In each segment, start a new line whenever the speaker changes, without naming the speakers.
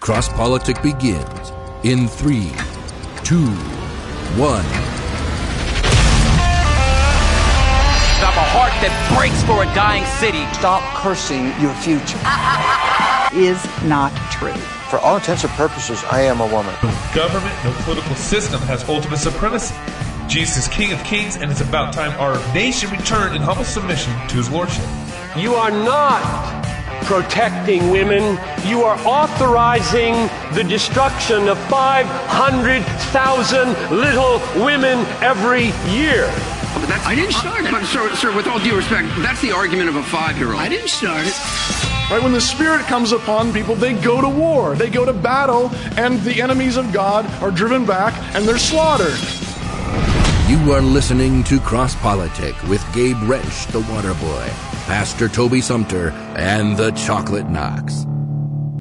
Cross Politic begins in three, two, one.
I'm a heart that breaks for a dying city.
Stop cursing your future.
is not true.
For all intents and purposes, I am a woman.
No government, no political system has ultimate supremacy. Jesus is King of Kings, and it's about time our nation returned in humble submission to his lordship.
You are not protecting women. You are authorizing the destruction of 500,000 little women every year.
But that's, I didn't start it.
But sir, sir, with all due respect, that's the argument of a five-year-old.
I didn't start it.
Right when the spirit comes upon people, they go to war, they go to battle, and the enemies of God are driven back and they're slaughtered.
You are listening to Cross Politic with Gabe Wrench, the water boy, Pastor Toby Sumter, and the Chocolate Knox.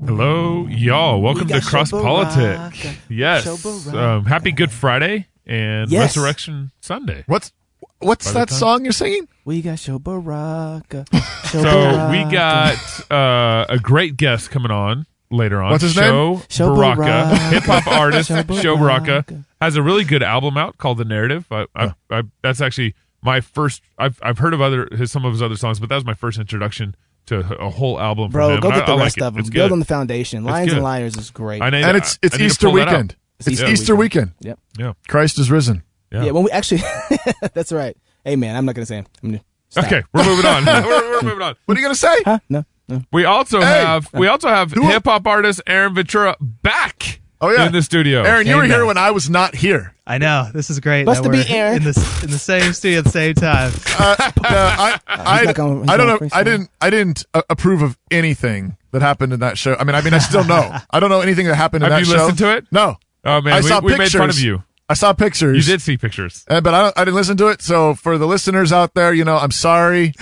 Hello, y'all. Welcome to Cross Politic. Yes. Um, happy Good Friday and
Yes.
Resurrection Sunday.
What's what's
By the
that
time-
song you're singing?
We got show Baraka.
So we got uh, a great guest coming on later on.
What's his
Show
name?
Show
Baraka,
Baraka.
hip hop artist.
Show
Show
Baraka.
Baraka has a really good album out called The Narrative. I, I, I, that's actually my first. I've I've heard of other his, some of his other songs, but that was my first introduction to a whole album. from
Bro,
him,
go
and I-
get the
I like
rest
it.
of them.
It's
Build
good.
on the foundation.
It's
Lions
good.
and Liars is great.
I need-
And it's
I-
it's
I need to
Easter
pull that out.
weekend. It's
Easter
Easter, weekend.
Yep.
Yeah,
Christ is risen.
yeah.
Yeah. When we actually, that's right. Hey man, I'm not gonna say him. I'm gonna stop.
okay, we're moving on. we're, we're moving on.
What are you gonna say?
Huh? No. No.
We also
Hey!
have we also have
Who-
hip hop artist Aaron Ventura back.
Oh yeah,
in the studio.
Aaron, you
Hey,
were here
man.
when I was not here.
I know this is great.
Must
that
be
we're
Aaron.
in the in the same studio at the same time.
Uh, uh, I, I,
not gonna- he's
I
not
don't know.
free
I
soon.
didn't. I didn't uh, approve of anything that happened in that show. I mean, I mean, I still know. I don't know anything that happened in
Have
that
you
show.
listened to it?
No.
Oh, man,
I
we-
saw
we made
pictures.
fun of you.
I saw pictures.
You did see pictures.
Uh, but I, don't, I didn't listen to it. So for the listeners out there, you know, I'm sorry.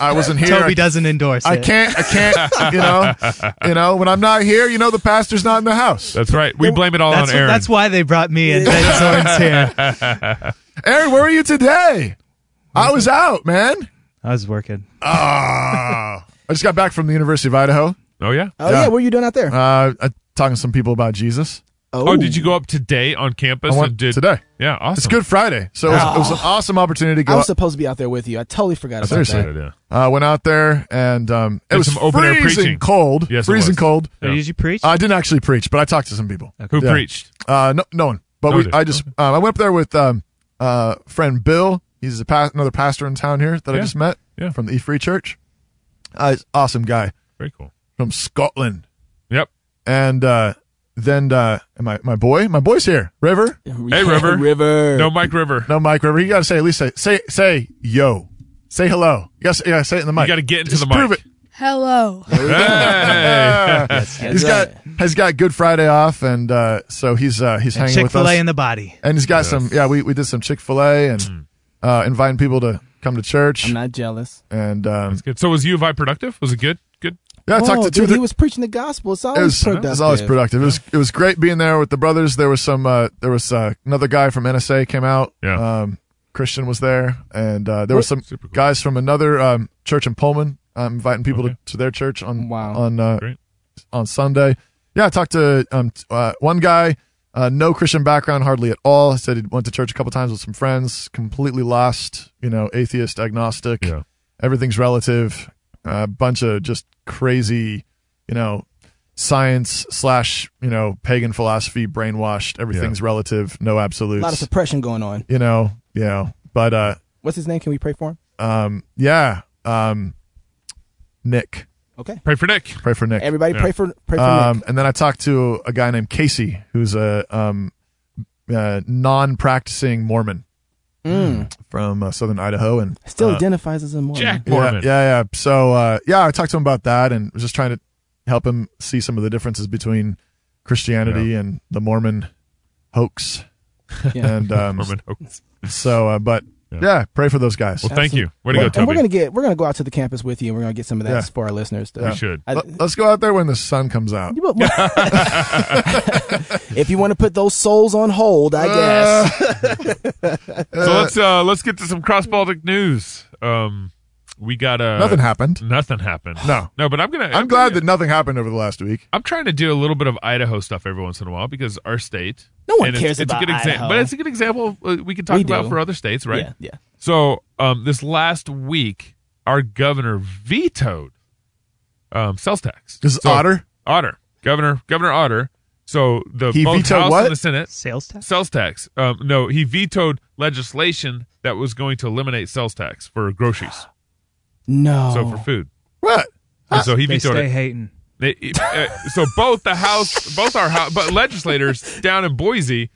I wasn't here.
Toby doesn't endorse
I
it.
can't. I can't. You know. You know. When I'm not here, you know the pastor's not in the house.
That's right. We blame it all
That's,
on Aaron.
that's why they brought me in. Ben Zorn's here.
Aaron, where were you today? I was out, man.
I was working.
Ah, I just got back from the University of Idaho.
oh yeah.
Oh
Yeah.
yeah. What are you doing out there?
Uh, I, talking to some people about Jesus.
Oh, did you go up today on campus?
I went
and did,
today.
Yeah, awesome.
It's Good Friday, so it, was, it was an awesome opportunity to
Oh. I
go.
was supposed to be out there with you. I totally forgot about
Seriously.
that.
Yeah.
uh, went out there and um, it
Did
was
some open-air
freezing
preaching.
cold.
Yes, it
freezing
was.
cold.
Or Did you preach?
I didn't actually preach, but I talked to some people.
Who
Yeah.
preached?
Uh, no, no one. But
No
we,
dude.
I just um, I went up there with um, uh, friend Bill. He's a pa- another pastor in town here that I
Yeah.
just met
Yeah.
from the E Free Church. Uh, he's an awesome guy
Very cool.
from Scotland.
Yep.
And uh, then uh, and my my boy, my boy's here. River,
Hey, River.
River.
No, Mike River.
no Mike River. You gotta say at least say say say yo, say hello. You gotta say, you gotta say it in the mic.
You got to get into
Just
the mic.
prove it.
Hello.
Hey.
He's got has got Good Friday off, and uh, so he's uh, he's hanging
Chick Fil
with us.
A in the body.
and he's got some yeah we, we did some chick-fil-a and
Mm.
uh, inviting people to come to church
I'm not jealous.
and um,
Good. So was U of I productive? Was it good? Good.
yeah i talked
Whoa,
to two
Oh, dude,
of the-
he was preaching the gospel. It's
it
always
was,
productive.
it was always productive it was it was great being there with the brothers there was some uh, there was uh, another guy from nsa came out
Yeah.
um, christian was there and uh, there was some
Super cool.
guys from another um, church in pullman um, inviting people to, to their church on
Wow.
on uh,
Great.
on sunday yeah i talked to um, t- uh, one guy uh, no Christian background hardly at all. He said he went to church a couple times with some friends, completely lost, you know, atheist, agnostic.
Yeah.
Everything's relative. A bunch of just crazy, you know, science slash, you know, pagan philosophy brainwashed. Everything's relative, no
A lot of
absolutes.
suppression going on.
you know, you know. But uh
What's his name? Can we pray for him?
um yeah, um Nick.
Okay.
Pray for Nick.
Pray for Nick.
Everybody, pray for pray for Nick.
Um, and then I talked to a guy named Casey, who's a um, uh, non-practicing Mormon
Mm.
from uh, Southern Idaho, and
Still
uh,
identifies as a Mormon.
Jack
yeah, yeah,
Mormon.
yeah. So uh, yeah, I talked to him about that, and was just trying to help him see some of the differences between Christianity and the Mormon hoax.
Yeah.
And um,
Mormon hoax.
so, uh, but yeah. pray for those guys.
Well, Oh, thank you.
Absolutely.
Way to go,
Well, And we're
Toby.
gonna get we're gonna go out to the campus with you, and we're gonna get some of that
Yeah.
for our listeners. To,
We should.
I-
Let- Let's go out there when the sun comes out.
You want- if you want to put those souls on hold, I
Uh,
guess.
so let's uh, let's get to some cross Baltic news. Um, we got a
Nothing happened.
Nothing happened.
No.
no. But I'm gonna.
I'm glad that nothing happened over the last week.
I'm trying to do a little bit of Idaho stuff every once in a while because our state.
No one
and
cares
it's, it's
about
a good
Idaho.
example, but it's a good example of, uh, we can talk
We
about
do.
for other states, right?
Yeah, yeah.
So um, this last week, our governor vetoed um, sales tax.
This is
So-
Otter?
Otter, governor, Governor Otter. So the
He
both
vetoed
House
what?
and the Senate
sales tax.
Sales tax. Um, no, he vetoed legislation that was going to eliminate sales tax for groceries.
No.
So
Oh.
for food.
What?
And so he
Uh, they
vetoed
stay
it.
hating.
They, uh, so both the house, both our house, but legislators down in Boise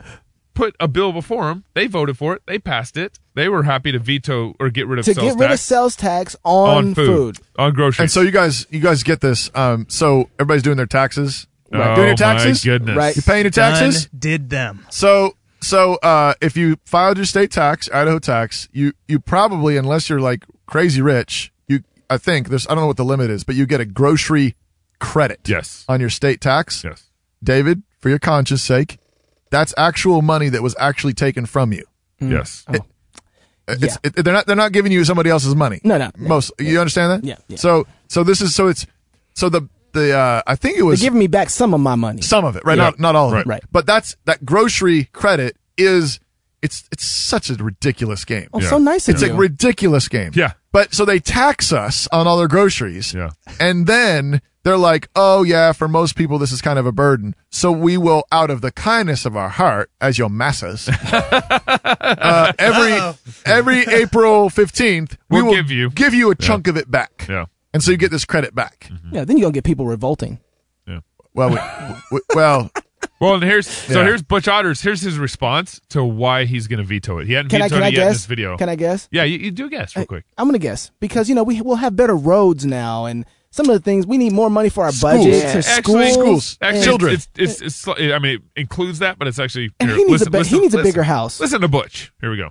put a bill before him. They voted for it. They passed it. They were happy to veto or get rid of
to
sales
get rid of
tax
sales tax on, food.
on groceries.
And so you guys, you guys get this. Um, so everybody's doing their taxes.
Right.
Doing
Oh, my
your taxes.
goodness. Right.
You paying your taxes.
Done did them.
So so uh, if you filed your state tax, Idaho tax, you you probably unless you're like crazy rich, you I think there's I don't know what the limit is, but you get a grocery credit.
Yes.
On your state tax.
Yes.
David, for your conscience sake, that's actual money that was actually taken from you.
Yes.
It- it's, it, they're not they're not giving you somebody else's money.
No, no, no,
Most you understand that?
Yeah, yeah.
So so this is so it's so the the uh, I think it
They're
was
giving me back some of my money.
some of it, right?
Yeah.
Not not all of
Right.
it,
Right.
But that's that grocery credit is it's it's such a ridiculous game.
Oh, so nice of
It's
you.
a ridiculous game.
Yeah.
But so they tax us on all their groceries.
Yeah.
And then they're like, oh, yeah, for most people, this is kind of a burden. So we will, out of the kindness of our heart, as your masses, uh, every every April 15th, we
We'll
will
give you-
give you a chunk of it back.
Yeah. Mm-hmm.
And so you get this credit back.
yeah, then you're going to get people revolting.
Well, we, we, well,
Well, and here's so
Yeah.
here's Butch Otters. Here's his response to why he's going to veto it. He hadn't
Can I,
vetoed
can I
it yet in this
guess?
video.
Can I guess?
Yeah, you, you do guess real quick.
I'm gonna guess because you know we we'll have better roads now, and some of the things we need more money for our budgets
Yeah.
or schools.
Actually,
schools.
and-
Actually,
Children.
It's, it's, it's, sl- I mean, it includes that, but it's actually.
And
here,
he needs a
listen-
ba- he
listen-
needs a
listen.
bigger house.
Listen to Butch. Here we go.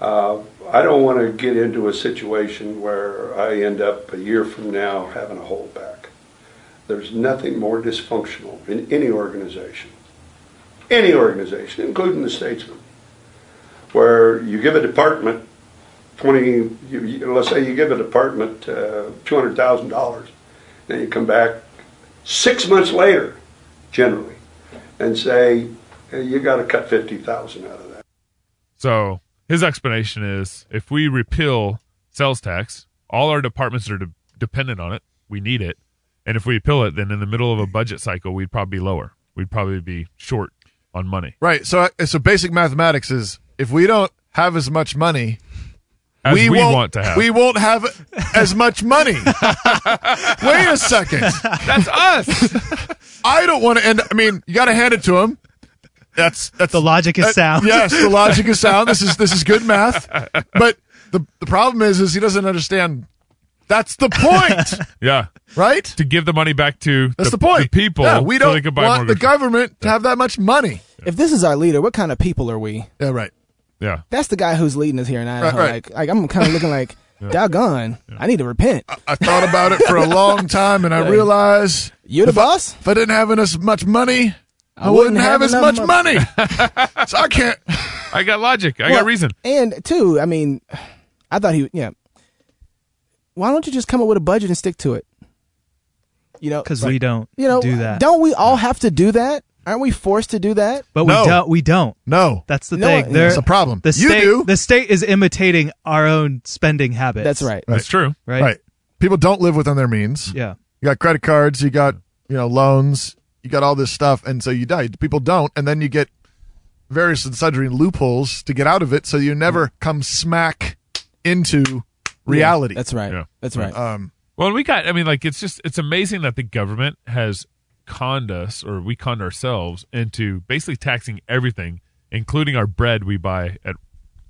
I don't want to get into a situation where I end up a year from now having a holdback. There's nothing more dysfunctional in any organization, any organization, including the statesman, where you give a department 20, you, you, let's say you give a department uh, $200,000, then you come back six months later, generally, and say, hey, you got to cut 50000 out of that.
So his explanation is: if we repeal sales tax, all our departments are de- dependent on it. We need it, and if we repeal it, then in the middle of a budget cycle, we'd probably be lower. We'd probably be short on money.
Right. So so basic mathematics is if we don't have as much money,
As we,
won't,
want to have.
we won't have as much money. Wait a second.
That's us.
I don't want to end. I mean, you got to hand it to him. That's that's
The logic is
Uh,
that-
sound.
Yes, the logic is sound. This is this is good math. But the the problem is is he doesn't understand. That's the point,
yeah.
right?
To give the money back to
That's the, point.
people.
Yeah, we
so
don't
they could buy more
want the
groceries.
government to have that much money.
If this is our leader, what kind of people are we?
Yeah, right.
Yeah.
That's the guy who's leading us here in Idaho.
right.
Like, like I'm kind of looking like, doggone, I need to repent.
I thought about it for a long time, and I realized
You're the
if I-
boss?
if I didn't have as much money, I, wouldn't, have, as much
enough mon-
money. so I can't.
I got logic. I
Well,
got reason.
And two, I mean, I thought he, yeah. Why don't you just come up with a budget and stick to it? You know,
Because
like,
we don't
you know,
do that.
Don't we all have to do that? Aren't we forced to do that?
But
No.
we don't. We don't.
No,
That's the
No,
thing.
it's
They're-
a problem.
The
You
state,
do.
The state is imitating our own spending habits.
That's right.
That's true.
Right.
right. People don't live within their means.
Yeah.
You got credit cards. You got you know loans. You got all this stuff, and so you die. People don't, and then you get various and sundry loopholes to get out of it, so you never come smack into reality.
That's right.
Yeah.
That's right.
um,
Well, we got. I mean, like it's just it's amazing that the government has conned us, or we conned ourselves into basically taxing everything, including our bread we buy at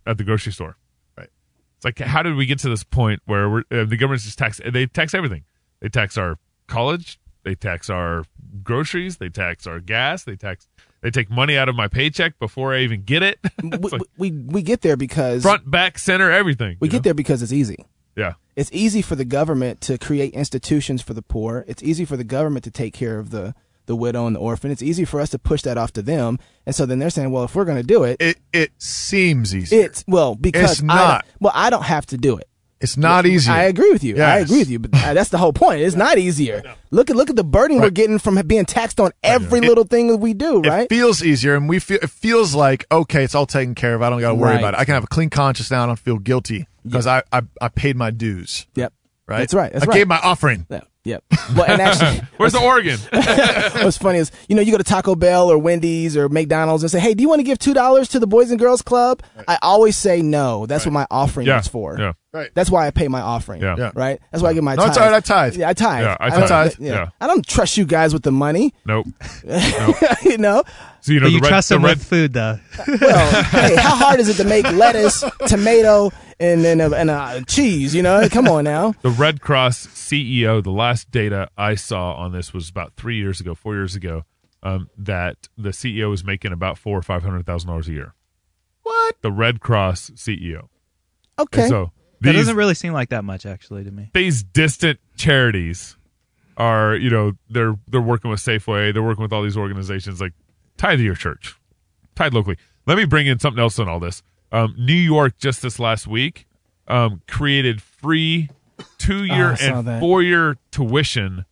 at the grocery store.
Right.
It's like how did we get to this point where we're, uh, the government's just tax? They tax everything. They tax our college. They tax our groceries. They tax our gas. They tax. They take money out of my paycheck before I even get it.
we,
It's like
we we get there because
front, back, center, everything.
we
you
get
know?
there because it's easy.
Yeah.
It's easy for the government to create institutions for the poor. It's easy for the government to take care of the the widow and the orphan. It's easy for us to push that off to them. And so then they're saying, well, if we're going to do it,
it it seems easy.
it's well because
It's
I
not.
don't- well I don't have to do it.
It's not easy.
I agree with you. I
Yes.
agree with you, but uh, that's the whole point. It's not easier. Look at look at the burden we're getting from being taxed on every little thing that we do. Right?
It feels easier, and we feel it feels like okay, it's all taken care of. I don't got to worry
Right.
about it. I can have a clean conscience now. I don't feel guilty because I, I I paid my dues.
Yep.
Right.
That's right. That's
I
right.
gave my offering.
Yeah. Yep. Well, and actually,
Where's the organ?
what's funny is you know you go to Taco Bell or Wendy's or McDonald's and say, "Hey, do you want to give two dollars to the Boys and Girls Club?" I always say no. That's what my offering
Yeah.
is for.
Yeah.
Right.
That's why I pay my offering.
Yeah. Yeah.
Right. That's why I get my.
No,
tithe.
it's all right. I tithe.
Yeah, I tithe.
Yeah, I
don't-
tithe.
Yeah.
Yeah.
I don't trust you guys with the money.
Nope.
you know.
So you know
but you
the red,
trust
the
him
red
with food, though.
Well, hey, how hard is it to make lettuce, tomato, and then uh, and uh, cheese? You know, come on now.
The Red Cross CEO, the last data I saw on this was about three years ago, four years ago, um, that the CEO was making about four or five hundred thousand dollars a year.
What?
The Red Cross CEO.
Okay.
And so
That
these
doesn't really seem like that much, actually, to me.
these distant charities are, you know, they're they're working with Safeway, they're working with all these organizations like tithe to your church, tithe locally. Let me bring in something else in all this. Um, New York just this last week um, created free two
Oh, I
year
saw
and
that.
four year tuition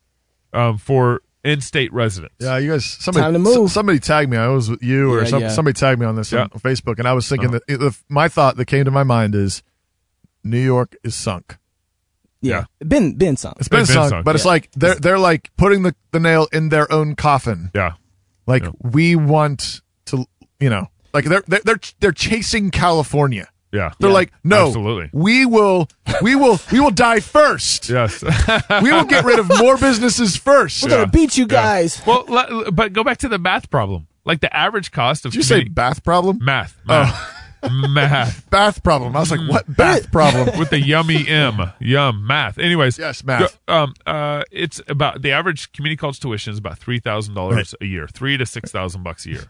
um, for in state residents.
Yeah, Uh, you guys. Somebody,
Time to move.
s- somebody tagged me. I was with you or
Yeah,
some,
yeah.
somebody tagged me on this
Yeah.
on Facebook, and I was thinking that the, my thought that came to my mind is New York is sunk.
Yeah. Ben Ben song.
It's been,
They've been
sunk,
sunk,
but it's
yeah.
like they're they're like putting the, the nail in their own coffin.
Yeah.
Like
Yeah.
we want to, you know, like they're they're they're, they're chasing California.
Yeah.
They're like, no,
Absolutely.
we will, we will, we will die first.
Yes.
We will get rid of more businesses first.
We're gonna beat you guys.
well, le- but go back to the math problem. Like the average cost of
Did you say
community-
bath problem?
math,
Oh.
math, math.
Bath problem. I was
Mm.
like, what bath problem?
with the yummy M. Yum math. Anyways,
Yes, math.
go- um, uh, it's about the average community college tuition is about three thousand dollars a year, three to six thousand bucks a year,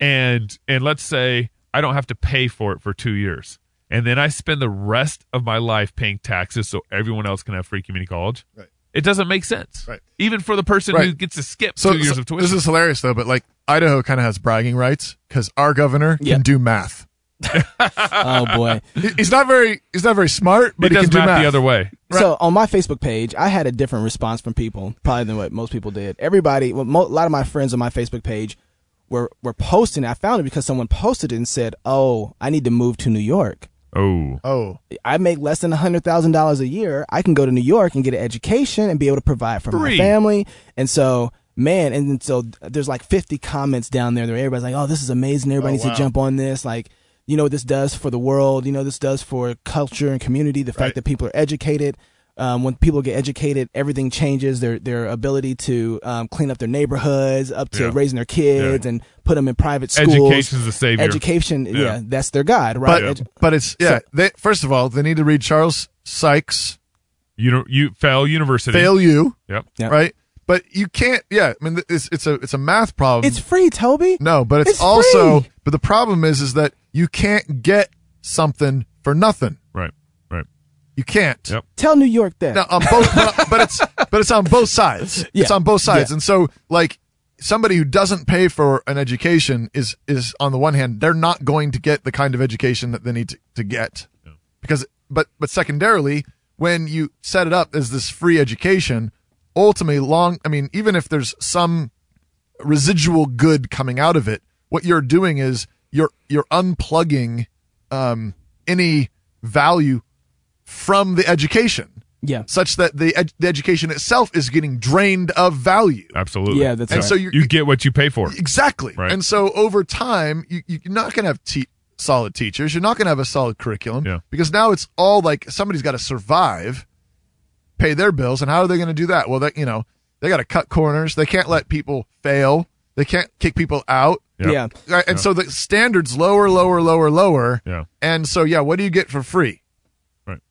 and and let's say I don't have to pay for it for two years, and then I spend the rest of my life paying taxes so everyone else can have free community college.
Right.
It doesn't make sense,
Right.
even for the person who
Right.
gets to skip
So,
two years
so
of tuition.
this is hilarious though, but like Idaho kind of has bragging rights because our governor
Yeah.
can do math.
Oh boy.
He- He's not very, he's not very smart,
it
but he,
does
can do
math
math
the other way.
So on my Facebook page, I had a different response from people, probably than what most people did. Everybody, well, mo- a lot of my friends on my Facebook page were were posting. I found it because someone posted it and said, "Oh, I need to move to New York.
Oh,
Oh,
I make less than hundred thousand dollars a year. I can go to New York and get an education and be able to provide for
Free.
my family." And so. Man, and then so there's like 50 comments down there. Where everybody's like, "Oh, this is amazing! Everybody needs to jump on this." Like, you know what this does for the world. You know this does for culture and community. The fact that people are educated. Um, when people get educated, everything changes. Their their ability to um, clean up their neighborhoods, up to
Yeah.
raising their kids, and put them in private schools.
Education's the savior.
Education, yeah,
Yeah.
that's their god, right?
but
Edu-
but it's yeah. They, first of all, they need to read Charles Sykes.
you know, you fail university.
Fail you,
Yep.
Yeah.
right? But you can't. Yeah, I mean, th- it's it's a it's a math problem.
it's free, Toby.
no, but it's,
it's
also.
free.
But the problem is, is that you can't get something for nothing.
Right. Right.
You can't.
Yep.
Tell New York that.
Now, on both, but, but it's but it's on both sides.
Yeah.
It's on both sides,
Yeah.
and so like somebody who doesn't pay for an education is is on the one hand they're not going to get the kind of education that they need to, to get because but but secondarily when you set it up as this free education ultimately long i mean even if there's some residual good coming out of it what you're doing is you're you're unplugging um any value from the education
Yeah.
such that the, ed- the education itself is getting drained of value.
Absolutely.
Yeah, that's
And
right.
so you're,
you get what you pay for.
exactly.
Uh, Right.
And so over time, you, you're not going to have te- solid teachers. You're not going to have a solid curriculum
Yeah.
because now it's all like somebody's got to survive, pay their bills, and how are they going to do that? Well, they, you know, they got to cut corners. They can't let people fail. They can't kick people out.
Yep.
Yeah.
Right? And so the standards lower, lower, lower, lower.
Yeah.
And so yeah, what do you get for free?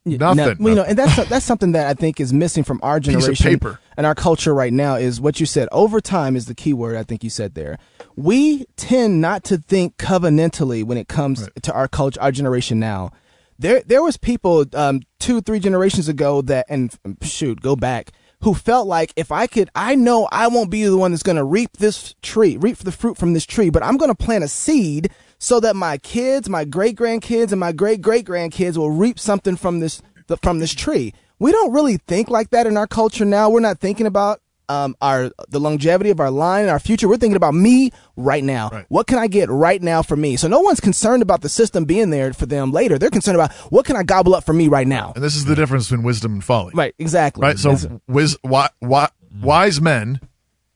Yeah,
Nothing.
now- well, you know, and that's that's something that I think is missing from our
of
generation
paper.
and our culture right now is what you said. Over time is the key word. I think you said there. We tend not to think covenantally when it comes to our culture, our generation now. There, there was people um, two, three generations ago that, and shoot, go back, who felt like if I could, I know I won't be the one that's going to reap this tree, reap the fruit from this tree, but I'm going to plant a seed so that my kids, my great grandkids, and my great great grandkids will reap something from this the, from this tree. We don't really think like that in our culture now. We're not thinking about um, our the longevity of our line and our future. We're thinking about me right now. What can I get right now for me? So no one's concerned about the system being there for them later. They're concerned about what can I gobble up for me right now.
And this is the difference between wisdom and folly.
Right, exactly.
Right. So, wis- wi- wi- wise men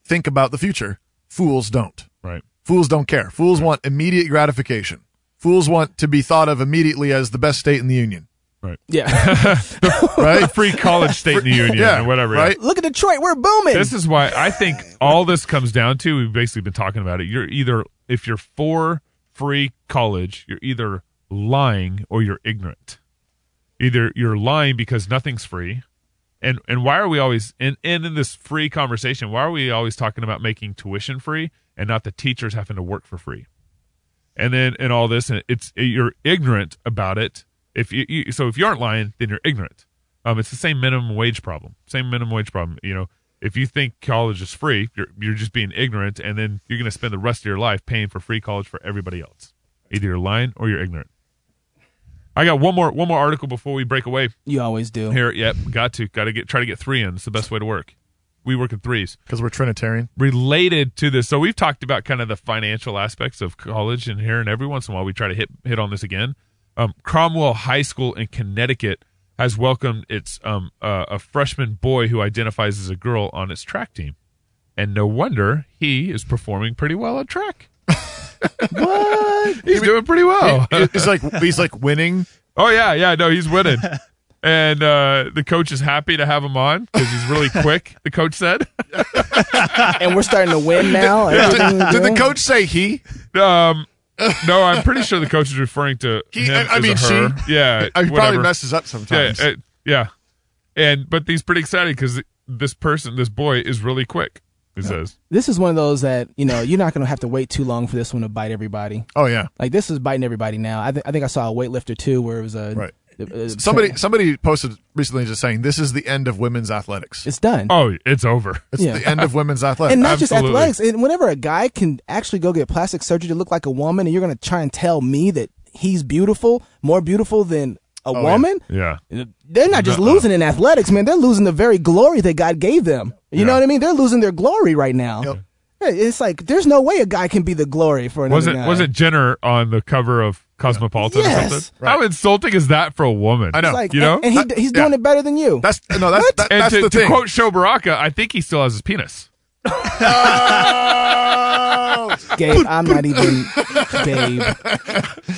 think about the future. Fools don't.
Right.
Fools don't care. Fools want immediate gratification. Fools want to be thought of immediately as the best state in the union.
Right.
Yeah.
right.
free college state in the union
Yeah,
or whatever.
right.
Look at Detroit, we're booming.
This is why I think all this comes down to we've basically been talking about it. You're either if you're for free college, you're either lying or you're ignorant. Either you're lying because nothing's free. And and why are we always in and in this free conversation, why are we always talking about making tuition free and not the teachers having to work for free? and then and all this and it's you're ignorant about it if you, you so if you aren't lying then you're ignorant um it's the same minimum wage problem same minimum wage problem you know if you think college is free you're you're just being ignorant and then you're going to spend the rest of your life paying for free college for everybody else either you're lying or you're ignorant i got one more one more article before we break away
you always do
here yep got to got to get try to get three in it's the best way to work we work in threes
Because we're Trinitarian.
related to this. So we've talked about kind of the financial aspects of college in here, and every once in a while we try to hit hit on this again. Um, Cromwell High School in Connecticut has welcomed its um, uh, a freshman boy who identifies as a girl on its track team, and no wonder he is performing pretty well at track. what he's doing pretty well.
He- he's like- he's like winning.
Oh yeah, yeah. No, he's winning. And uh, the coach is happy to have him on because he's really quick. The coach said.
and we're starting to win now.
Yeah.
Everything
Did-
we're
did the
doing.
Coach say he.
Um, no, I'm pretty sure the coach is referring to
He-
him
I-
as
I
a
mean,
her.
she.
Yeah,
I- he probably
whatever.
messes up sometimes.
Yeah, uh, yeah. and but he's pretty excited because this person, this boy, is really quick. He says,
This is one of those that you know you're not going to have to wait too long for this one to bite everybody.
Oh yeah.
Like this is biting everybody now. I, th- I think I saw a weightlifter too where it was a
Right.
a- a-
Somebody somebody posted recently just saying this is the end of women's athletics.
It's done.
"Oh, it's over.
It's
Yeah.
the end of women's athletics.
and not just athletics. And whenever a guy can actually go get plastic surgery to look like a woman, and you're going to try and tell me that he's beautiful, more beautiful than a
yeah.
woman,
Oh, Yeah,
they're not just
Nuh-uh.
losing in athletics, man. They're losing the very glory that God gave them. You know what I mean? They're losing their glory right now. Yeah, It's like there's no way a guy can be the glory for another
was it
guy.
was it Jenner on the cover of Cosmopolitan
Yes.
or something? How insulting is that for a woman?
I know.
It's like,
you know. Uh,
and, and he, he's doing it better than you.
That's no, that's that,
and
that's
to,
the
to
thing.
quote Show Baraka, I think he still has his penis.
Gabe, I'm not even Gabe.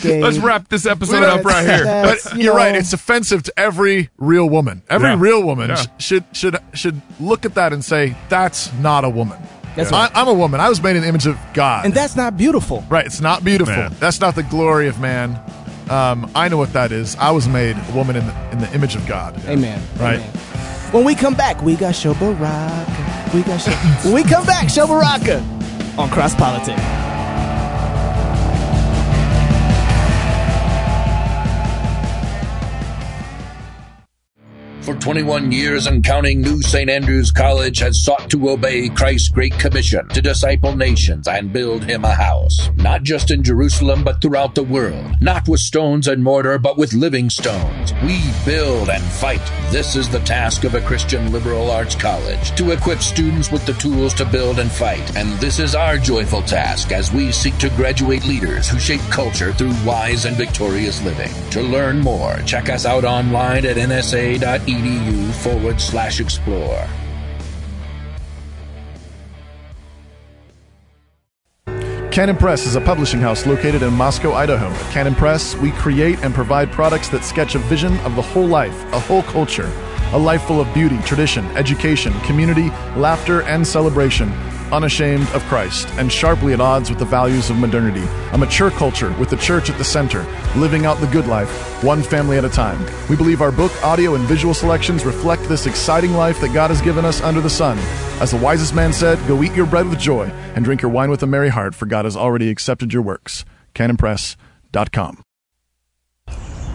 Gabe.
Let's wrap this episode
But-
up right here.
But
you
you're right.
know-
It's offensive to every real woman. Every
Yeah.
real woman
Yeah.
sh- should should should look at that and say, "That's not a woman.
That's
I,
right.
I'm a woman. I was made in the image of God."
and that's not beautiful.
right. It's not beautiful.
Man.
That's not the glory of man. Um, I know what that is. I was made a woman in the, in the image of God.
Amen.
Right.
Amen. When we come back, we got Show Baraka. We got Show. when we come back, Show Baraka on Cross Politics.
For 21 years and counting, New St. Andrews College has sought to obey Christ's Great Commission to disciple nations and build him a house, not just in Jerusalem, but throughout the world, not with stones and mortar, but with living stones. We build and fight. This is the task of a Christian liberal arts college to equip students with the tools to build and fight. And this is our joyful task as we seek to graduate leaders who shape culture through wise and victorious living. To learn more, check us out online at nsa.edu forward slash explore.
Canon Press is a publishing house located in Moscow, Idaho. At Canon Press, we create and provide products that sketch a vision of the whole life, a whole culture, a life full of beauty, tradition, education, community, laughter, and celebration, unashamed of Christ, and sharply at odds with the values of modernity. A mature culture with the church at the center, living out the good life, one family at a time. We believe our book, audio, and visual selections reflect this exciting life that God has given us under the sun. As the wisest man said, go eat your bread with joy and drink your wine with a merry heart, for God has already accepted your works. CanonPress.com.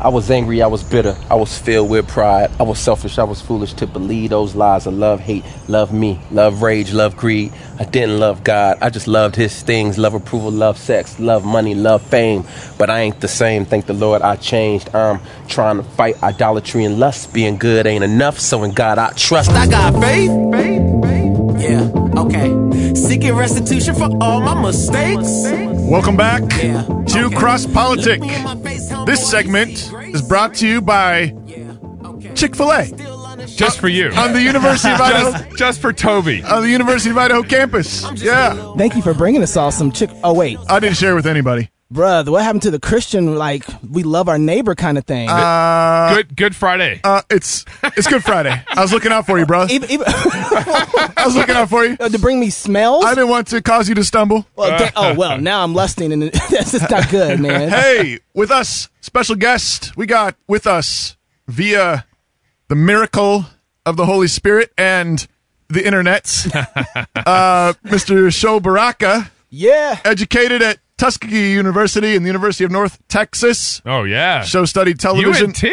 I was angry, I was bitter, I was filled with pride, I was selfish, I was foolish to believe those lies of love, hate, love me, love rage, love greed. I didn't love God, I just loved His things love approval, love sex, love money, love fame. But I ain't the same, thank the Lord I changed. I'm trying to fight idolatry and lust, being good ain't enough, so in God I trust. I got faith, faith, faith. Yeah, okay. Seeking restitution for all my mistakes.
Welcome back to Cross Politic. This segment is brought to you by Chick fil A.
Just for you.
On the University of Idaho.
Just, just for Toby.
On the University of Idaho campus. Yeah.
Thank you for bringing us all some chick. Oh wait,
I didn't share with anybody.
Bruh, what happened to the Christian like we love our neighbor kind of thing?
Uh,
Good Good Friday.
Uh, it's it's Good Friday. I was looking out for you, bro.
Even- even-
I was looking out for you.
to bring me smells.
I didn't want to cause you to stumble.
Well, da- oh well, now I'm lusting, and that's just not good, man.
hey, with us, special guest, we got with us via the miracle of the Holy Spirit and the internets, uh, Mr. Sho Baraka.
Yeah.
Educated at Tuskegee University and the University of North Texas.
Oh yeah.
Show studied television.
UNT.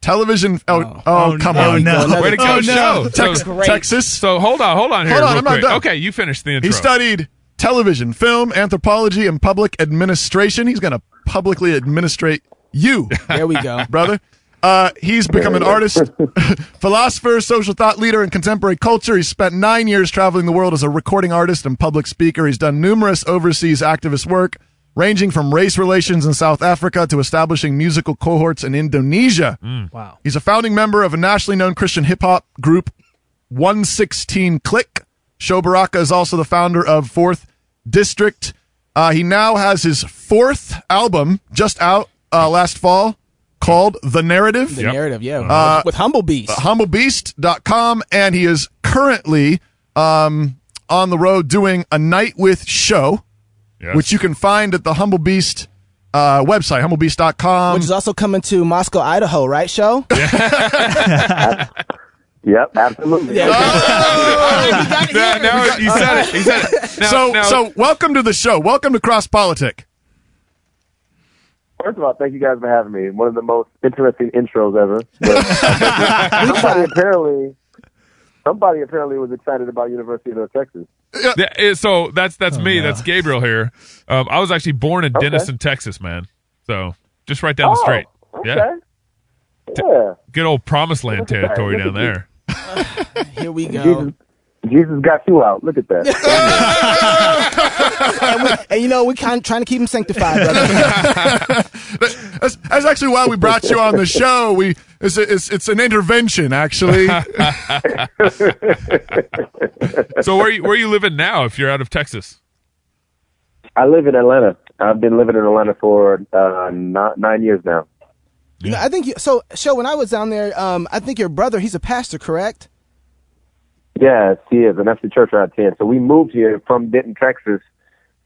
Television. Oh, oh, come
Oh,
on.
no. Way to go,
Oh,
show.
Tex-
So-
Texas.
So hold on, hold on here.
Hold on,
real
I'm not
quick.
done.
Okay, you finished the intro.
He studied television, film, anthropology, and public administration. He's going to publicly administrate you.
There we go.
brother. Uh, he's become an artist, philosopher, social thought leader in contemporary culture. He spent nine years traveling the world as a recording artist and public speaker. He's done numerous overseas activist work, ranging from race relations in South Africa to establishing musical cohorts in Indonesia.
Wow.
He's a founding member of a nationally known Christian hip hop group, 116 Click. Sho Baraka is also the founder of Fourth District. Uh, he now has his fourth album just out uh, last fall called The Narrative.
The narrative, yeah,
Uh,
with Humble Beast.
Humblebeast.com, and he is currently um, on the road doing a night with show,
Yes.
which you can find at the Humble Beast uh, website, humblebeast.com.
Um,
which is also coming to Moscow, Idaho, right? Show.
Yep, absolutely. Oh.
No, no, he said it. He said it. Now,
so,
now-
so welcome to the show. Welcome to Cross Politic.
First of all, thank you guys for having me. One of the most interesting intros ever. But somebody apparently, somebody apparently was excited about University of North Texas.
Yeah, eh, so that's
Oh,
that's me. That's Gabriel here. Um, I was actually born in
Okay.
Denison, Texas, man. So just right down the
Oh,
street. Yeah,
Yeah.
good old promised land
at that.
territory
Look
down
at you.
there.
Here we go.
Jesus, Jesus got you out. Look at that.
and, we, and you know we kind of trying to keep him sanctified, brother.
That's, that's actually why we brought you on the show. We it's it's, it's an intervention actually.
So where you, where you living now? If you're out of Texas,
I live in Atlanta. I've been living in Atlanta for uh, ni- nine years now.
You know, I think you, so. Show when I was down there, um, I think your brother, he's a pastor, correct?
Yes, he is, and that's the church I attend. So we moved here from Denton, Texas,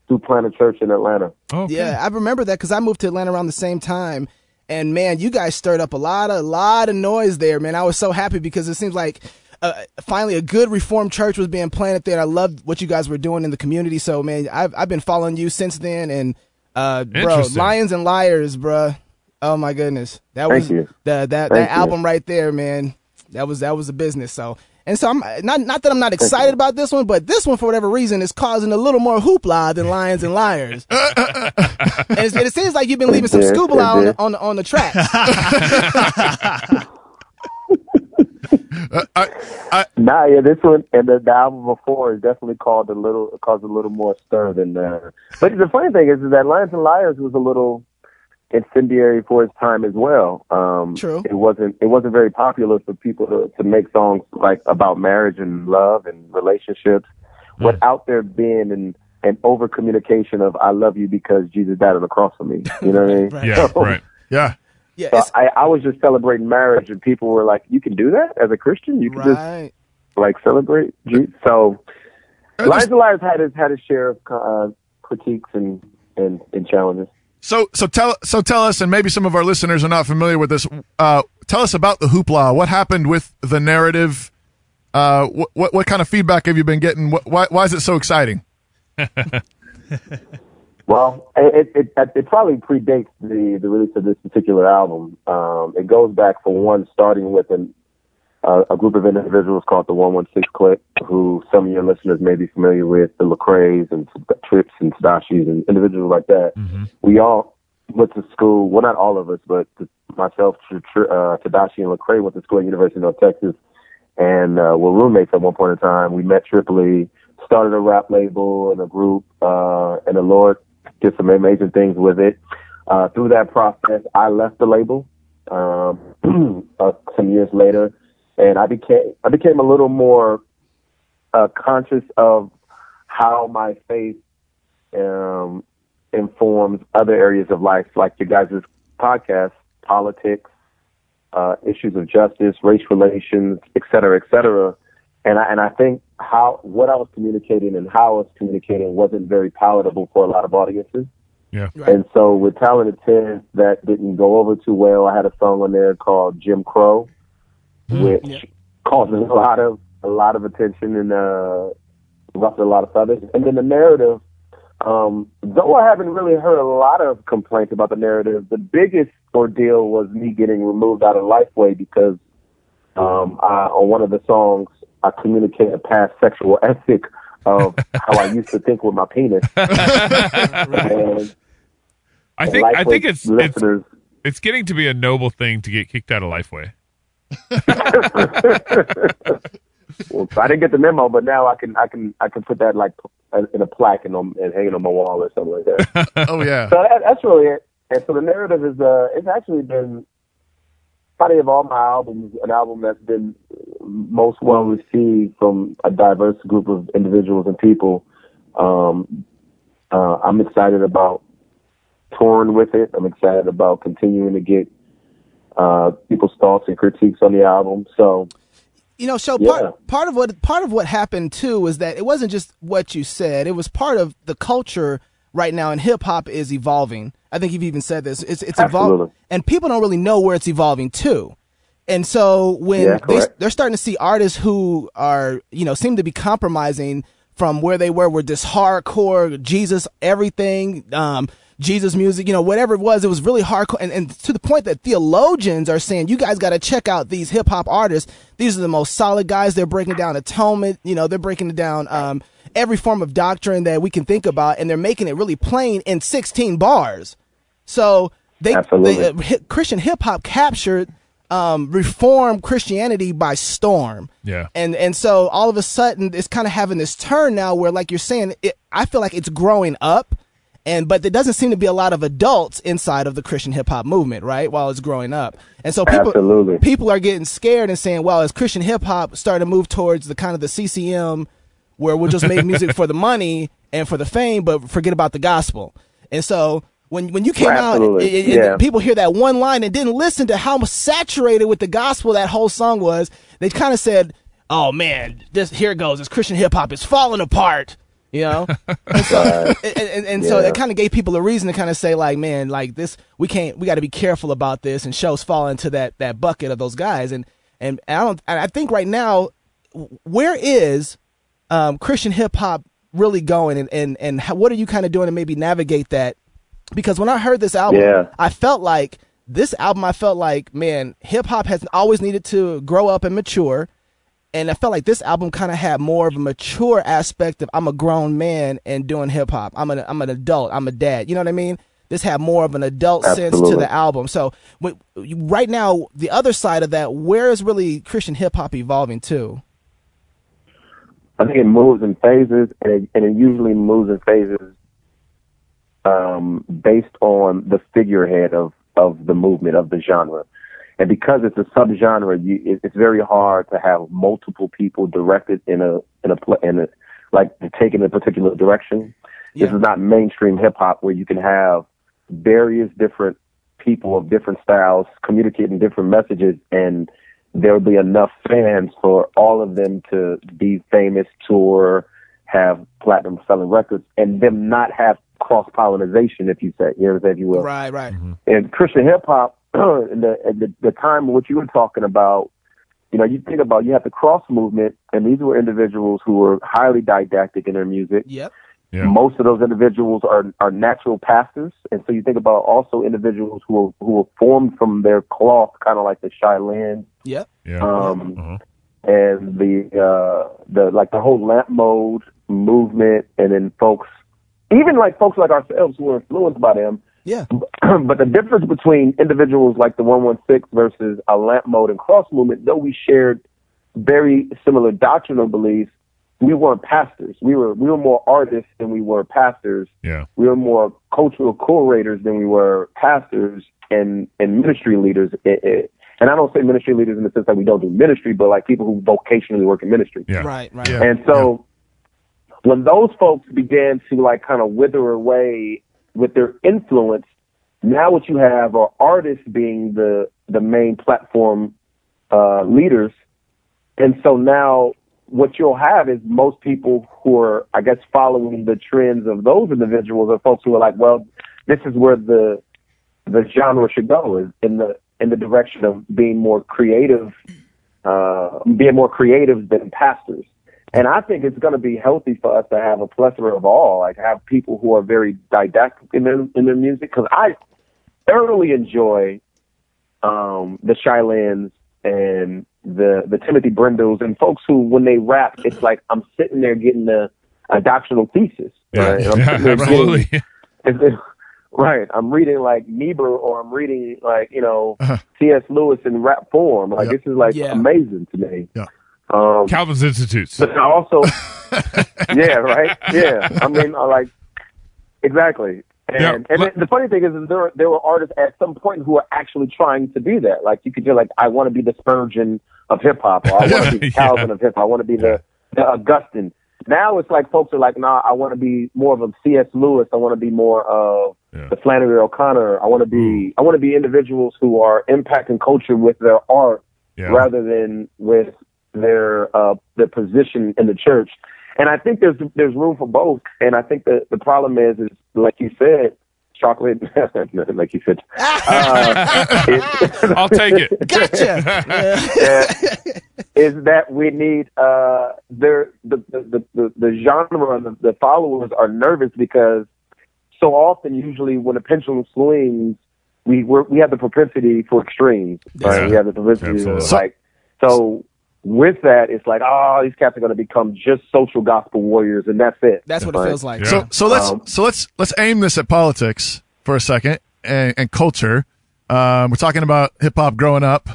to plant a church in Atlanta.
Yeah, I remember that because I moved to Atlanta around the same time. And man, you guys stirred up a lot, a lot of noise there, man. I was so happy because it seems like uh, finally a good reformed church was being planted there. I loved what you guys were doing in the community. So man, I've I've been following you since then, and uh, bro,
Interesting.
lions and liars, bro. Oh my goodness, that
Thank
was
you.
the that that
Thank you.
album right there, man. That was that was a business. So and so I'm not not that I'm not excited about this one, but this one for whatever reason is causing a little more hoopla than lions and liars. And, it's- and it seems like you've been leaving some
Yeah,
scuba
yeah,
on
yeah.
the, on the, on the track.
Nah, yeah, this one and the, the album before is definitely called a little caused a little more stir than that. But the funny thing is, is that Lions and Liars was a little incendiary for its time as well. Um,
True.
It wasn't it wasn't very popular for people to, to make songs like about marriage and love and relationships without there being an an over communication of I love you because Jesus died on the cross for me. You know what I mean?
Right.
yeah,
So-
right.
yeah.
Yeah,
So
it's,
I, I was just celebrating marriage, and people were like, "You can do that as a Christian. You can just
right.
like celebrate. Ju- So Lions and Liars had his had his share of uh, critiques and, and and challenges.
So so tell so tell us, and maybe some of our listeners are not familiar with this. Uh, tell us about the hoopla. What happened with the narrative? Uh, what, what what kind of feedback have you been getting? What, why why is it so exciting?
Well, it it, it it probably predates the the release of this particular album. Um, it goes back for one, starting with an, uh, a group of individuals called the One One Six Click, who some of your listeners may be familiar with, the Lecrae's and Trips and Stashies and individuals like that. We all went to school. Well, not all of us, but t- myself, Tr- Tr- uh, Tadashi, and Lecrae went to school at University of North Texas, and uh, were roommates at one point in time. We met Tripoli, started a rap label and a group, uh, and the Lord did some amazing things with it. Uh, through that process, I left the label um, uh, some years later, and I became I became a little more uh, conscious of how my faith um, informs other areas of life, like your guys' podcast, politics, uh, issues of justice, race relations, et cetera, et cetera. And I, and I think how, what I was communicating and how I was communicating wasn't very palatable for a lot of audiences.
Yeah.
And so with Talented 10, that didn't go over too well. I had a song on there called Jim Crow, which caused a lot of, a lot of attention and, uh, ruffled a lot of feathers. And then the narrative, um, though I haven't really heard a lot of complaints about the narrative, the biggest ordeal was me getting removed out of Lifeway because um, I, on one of the songs I communicate a past sexual ethic of how I used to think with my penis. And
I think I think
Lifeway
it's it's,
listeners.
it's getting to be a noble thing to get kicked out of Lifeway.
well, I didn't get the memo, but now I can I can I can put that like in a plaque and, on, and hang it on my wall or something like that.
oh yeah.
So that, that's really it. And so the narrative is uh, it's actually been probably of all my albums, an album that's been most well received from a diverse group of individuals and people. Um, uh, I'm excited about touring with it. I'm excited about continuing to get uh, people's thoughts and critiques on the album. So
You know, so
Yeah.
part part of what part of what happened too was that it wasn't just what you said; it was part of the culture right now, and hip hop is evolving. I think you've even said this; it's it's evolving,
Absolutely.
and people don't really know where it's evolving to. And so when
Yeah,
they,
correct.
they're starting to see artists who are, you know, seem to be compromising from where they were with this hardcore Jesus everything, um, Jesus music, you know, whatever it was, it was really hardcore. And, and to the point that theologians are saying, you guys got to check out these hip hop artists. These are the most solid guys. They're breaking down atonement. You know, they're breaking it down, um, every form of doctrine that we can think about. And they're making it really plain in 16 bars. So they,
Absolutely.
they, uh, hi- Christian hip hop captured um, reform Christianity by storm.
Yeah.
And and so all of a sudden it's kind of having this turn now where like you're saying it, I feel like it's growing up and but there doesn't seem to be a lot of adults inside of the Christian hip hop movement, right? While it's growing up. And so people
Absolutely.
people are getting scared and saying, "Well, as Christian hip hop starting to move towards the kind of the CCM where we'll just make music for the money and for the fame but forget about the gospel." And so when when you came
Absolutely.
out, it- it- it-
Yeah.
people hear that one line and didn't listen to how saturated with the gospel that whole song was. They kind of said, "Oh man, this here it goes. This Christian hip hop is falling apart." You know, and so, and, and, and so
Yeah.
that kind of gave people a reason to kind of say, like, man, like this, we can't, we got to be careful about this, and shows fall into that that bucket of those guys, and and I don't, and I think right now, w- where is um, Christian hip hop really going, and and and how, what are you kind of doing to maybe navigate that? Because when I heard this album,
Yeah.
I felt like this album, I felt like man, hip hop has always needed to grow up and mature, and I felt like this album kind of had more of a mature aspect of I'm a grown man and doing hip hop. I'm an I'm an adult. I'm a dad. You know what I mean? This had more of an adult sense to
Absolutely.
the album. So wh- right now, the other side of that, where is really Christian hip hop evolving to?
I think it moves in phases, and it, and it usually moves in phases um, based on the figurehead of of the movement of the genre. And because it's a subgenre, you, it, it's very hard to have multiple people directed in a in a pla- in a like to take in a particular direction. This is not mainstream hip hop where you can have various different people of different styles communicating different messages and there will be enough fans for all of them to be famous, tour, have platinum selling records, and them not have cross pollination, if you say, you know, if you will.
Right, right.
And Christian hip hop, the, the the time what you were talking about, you know, you think about you have the cross movement, and these were individuals who were highly didactic in their music.
Yep.
Yeah.
Most of those individuals are are natural pastors, and so you think about also individuals who are, who are formed from their cloth, kind of like the Shylans,
Yep.
um, and the uh, the like the whole lamp mode movement, and then folks, even like folks like ourselves who are influenced by them.
Yeah.
but the difference between individuals like the 116 versus a lamp mode and cross movement, though we shared very similar doctrinal beliefs, we weren't pastors. We were we were more artists than we were pastors.
Yeah.
We were more cultural curators than we were pastors and and ministry leaders. It- it- and I don't say ministry leaders in the sense that we don't do ministry, but like people who vocationally work in ministry.
Yeah.
Right, right.
And so when those folks began to like kind of wither away with their influence, now what you have are artists being the the main platform uh, leaders, and so now what you'll have is most people who are, I guess, following the trends of those individuals are folks who are like, well, this is where the the genre should go is in the in the direction of being more creative, uh, being more creative than pastors. And I think it's going to be healthy for us to have a plethora of all, like have people who are very didactic in their in their music. Because I thoroughly enjoy um, the Shylans and the the Timothy Brindles and folks who, when they rap, it's like I'm sitting there getting a, a doctrinal thesis.
Yeah.
right? And I'm
Yeah,
sitting there getting-
absolutely.
right. I'm reading like Niebuhr or I'm reading like, you know, C.S. Lewis in rap form. Like, this is like amazing to me. Um,
Calvin's Institutes.
But I also, yeah, right? Yeah. I mean, I like, exactly. And,
Yeah,
and the funny thing is, is there, there were artists at some point who were actually trying to be that. Like, you could do like, I want to be the Spurgeon of hip hop, or I want to be Calvin of hip hop, I want to be the, the Augustine. Now it's like folks are like, nah, I want to be more of a C.S. Lewis. I want to be more of the Flannery O'Connor. I want to be, I want to be individuals who are impacting culture with their art
Mm-hmm.
rather than with their uh, their position in the church. And I think there's there's room for both. And I think the the problem is is like you said, chocolate. like you said, uh, it's-
I'll take it.
Yeah. is that we need uh, there the the, the the the genre and the, the followers are nervous because so often usually when a pendulum swings, we we're, we have the propensity for extremes. Right?
Yeah.
We have the propensity
Absolutely.
to like so. With that, it's like, oh, these cats are going to become just social gospel warriors, and that's it.
That's what it feels like.
So so let's
Um,
so let's let's aim this at politics for a second and, and culture. Um, we're talking about hip hop growing up.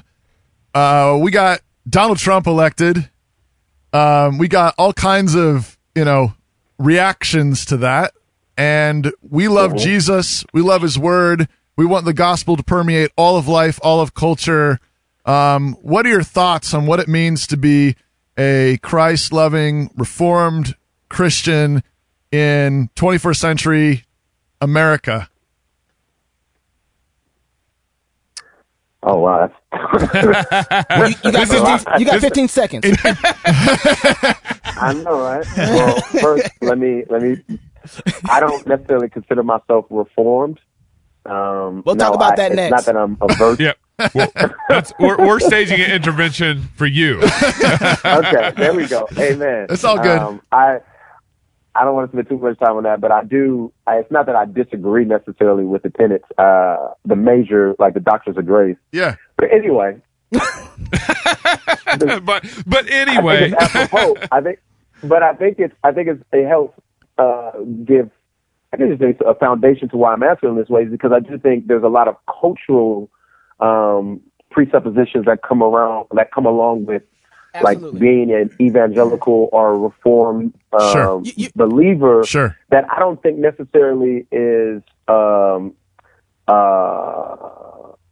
Uh, we got Donald Trump elected. Um, we got all kinds of you know reactions to that, and we love
Mhm.
Jesus. We love His Word. We want the gospel to permeate all of life, all of culture. Um, what are your thoughts on what it means to be a Christ loving, reformed Christian in 21st century America?
Oh wow,
You, you got, 15, you got 15 seconds.
I know, right? Well, first, let me let me. I don't necessarily consider myself reformed. Um,
We'll talk
no,
about
I-
that
it's
next.
Not that I'm a virgin.
Yep. Well, that's, we're, we're staging an intervention for you.
okay, there we go. Amen.
It's all good.
Um, I I don't want to spend too much time on that, but I do. I, it's not that I disagree necessarily with the tenets, uh, the major like the doctrines of grace.
Yeah.
But anyway,
but but
anyway, I think, it's apropos. I think, but I think it's I think it's, it helps uh, give I think it's a foundation to why I'm answering this way is because I do think there's a lot of cultural um, presuppositions that come around that come along with like being an evangelical or reformed um,
Sure.
believer
Sure.
that I don't think necessarily is um, uh,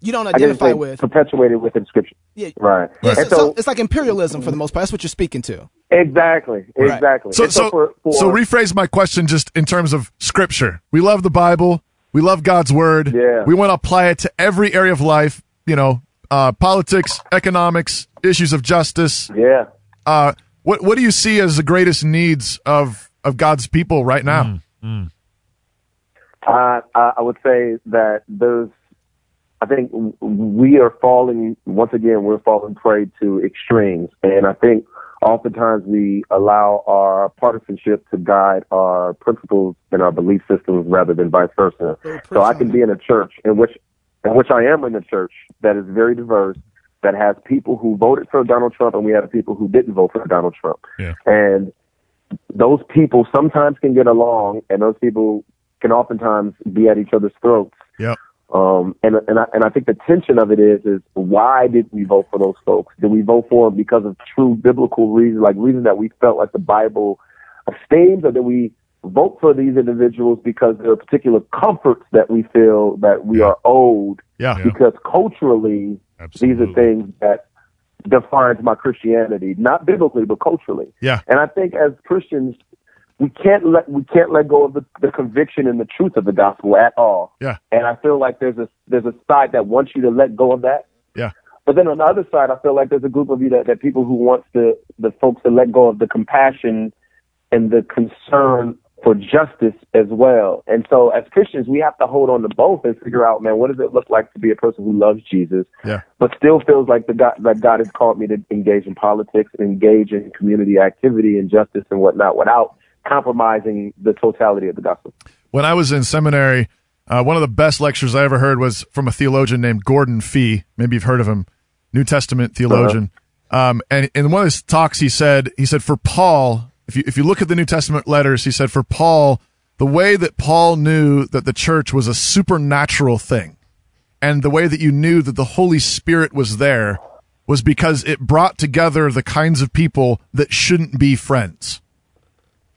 You don't
I guess
identify
they
with.
perpetuated within scripture.
Yeah.
Right.
Yeah, so,
And so-
so it's like imperialism for the most part. That's what you're speaking to.
exactly.
Right.
Exactly.
So,
And
so,
for- for-
so rephrase my question just in terms of scripture. We love the Bible. We love God's word.
Yeah.
We want to apply it to every area of life, you know, uh, politics, economics, issues of justice.
Yeah.
Uh, what, what do you see as the greatest needs of, of God's people right now?
Uh, I I would say that there's, I think w- we are falling, once again, we're falling prey to extremes. And I think oftentimes we allow our partisanship to guide our principles and our belief systems rather than vice versa. So I can be in a church in which, in which I am in a church that is very diverse, that has people who voted for Donald Trump and we have people who didn't vote for Donald Trump.
Yeah.
And those people sometimes can get along and those people can oftentimes be at each other's throats.
Yep.
Um, and and I, and I think the tension of it is is why did we vote for those folks? Did we vote for them because of true biblical reasons, like reason that we felt like the Bible esteems, or did we vote for these individuals because there are particular comforts that we feel that we are owed?
Yeah.
Because culturally, these are things that defines my Christianity, not biblically, but culturally.
Yeah.
And I think as Christians, we can't let we can't let go of the, the conviction and the truth of the gospel at all.
Yeah.
And I feel like there's a there's a side that wants you to let go of that.
Yeah.
But then on the other side, I feel like there's a group of you that, that people who wants the the folks to let go of the compassion and the concern for justice as well. And so as Christians, we have to hold on to both and figure out, man, what does it look like to be a person who loves Jesus,
Yeah.
but still feels like the God that God has called me to engage in politics, engage in community activity and justice and whatnot, without compromising the totality of the gospel.
when I was in seminary, uh, one of the best lectures I ever heard was from a theologian named Gordon Fee. Maybe you've heard of him, New Testament theologian. Um, and in one of his talks, he said, he said for Paul, if you if you look at the New Testament letters, he said for Paul, the way that Paul knew that the church was a supernatural thing, and the way that you knew that the Holy Spirit was there was because it brought together the kinds of people that shouldn't be friends.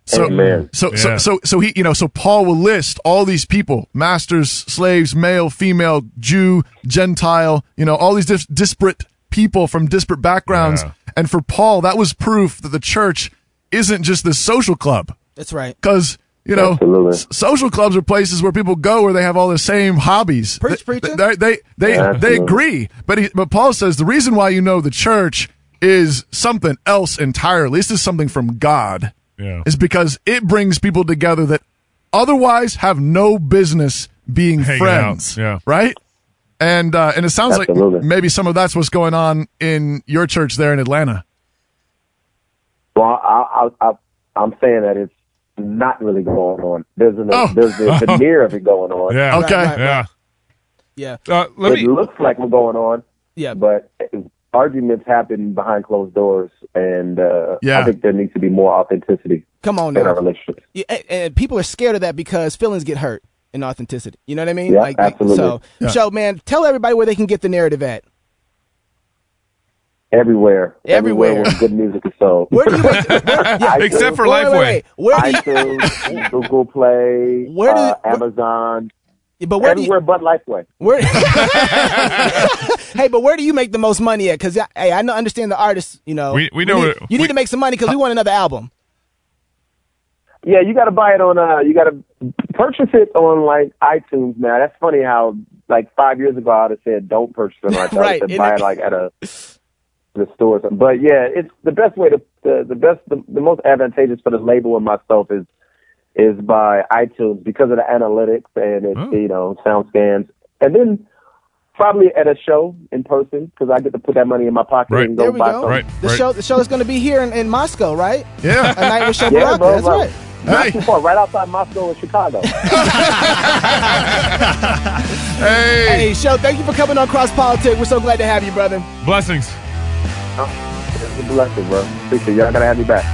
So,
Amen.
so,
Yeah.
so, so, so he, you know, so Paul will list all these people, masters, slaves, male, female, Jew, Gentile, you know, all these dis- disparate people from disparate backgrounds.
Yeah.
And for Paul, that was proof that the church isn't just this social club.
That's right.
Cause, you know,
Absolutely.
s- social clubs are places where people go where they have all the same hobbies. Preach, they, They, they, they,
Yeah,
they
absolutely.
agree. But he, but Paul says the reason why you know the church is something else entirely. This is something from God
Yeah.
is because it brings people together that otherwise have no business being
Hanging
friends.
out, yeah.
Right? And uh, and it sounds like
Absolutely.
maybe some of that's what's going on in your church there in Atlanta.
Well, I, I, I, I'm saying that it's not really going on. There's an,
Oh.
there's the veneer of it going on.
Yeah. Okay. yeah. Uh,
Yeah.
let
it
me-
looks like we're going on.
Yeah.
But arguments happen behind closed doors, and uh,
Yeah.
I think there needs to be more authenticity.
Come on
in
now.
our relationships.
Yeah, and, and people are scared of that because feelings get hurt in authenticity. You know what I mean?
Yeah,
like, so,
absolutely. Yeah.
so man, tell everybody where they can get the narrative at.
Everywhere,
Everywhere.
where good music is sold.
Where do you?
Except for
Wait, wait,
Lifeway.
wait. Where do you-
iTunes, Google Play,
Where do-
uh, Amazon,
but where do you,
everywhere but Lifeway.
Where, hey, but where do you make the most money at? Because hey, I know, understand the artists. You know,
We- we know
need,
it-
you need to make some money because we want another album.
Yeah, you got to buy it on. Uh, you got to purchase it on like iTunes now. That's funny how like five years ago I'd have said don't purchase it on iTunes.
Right,
I would
and
have said buy
it-
it like at a the store. Or something. But yeah, it's the best way to the, the best the, the most advantageous for the label and myself is is by iTunes because of the analytics and it's
Oh.
you know sound scans and then probably at a show in person because I get to put that money in my pocket
Right.
and go
There we
buy
go.
something.
Right.
The show, the show is going to be here in, in Moscow, right?
Yeah.
a night with Chef
Yeah,
Baraka,
bro,
That's
bro.
right.
Not too far, right outside Moscow and Chicago.
Hey.
Hey, show. Thank you for coming on Cross Politics. We're so glad to have you, brother.
Blessings.
Oh, It's a blessing, bro. Appreciate it. Y'all gotta have me back.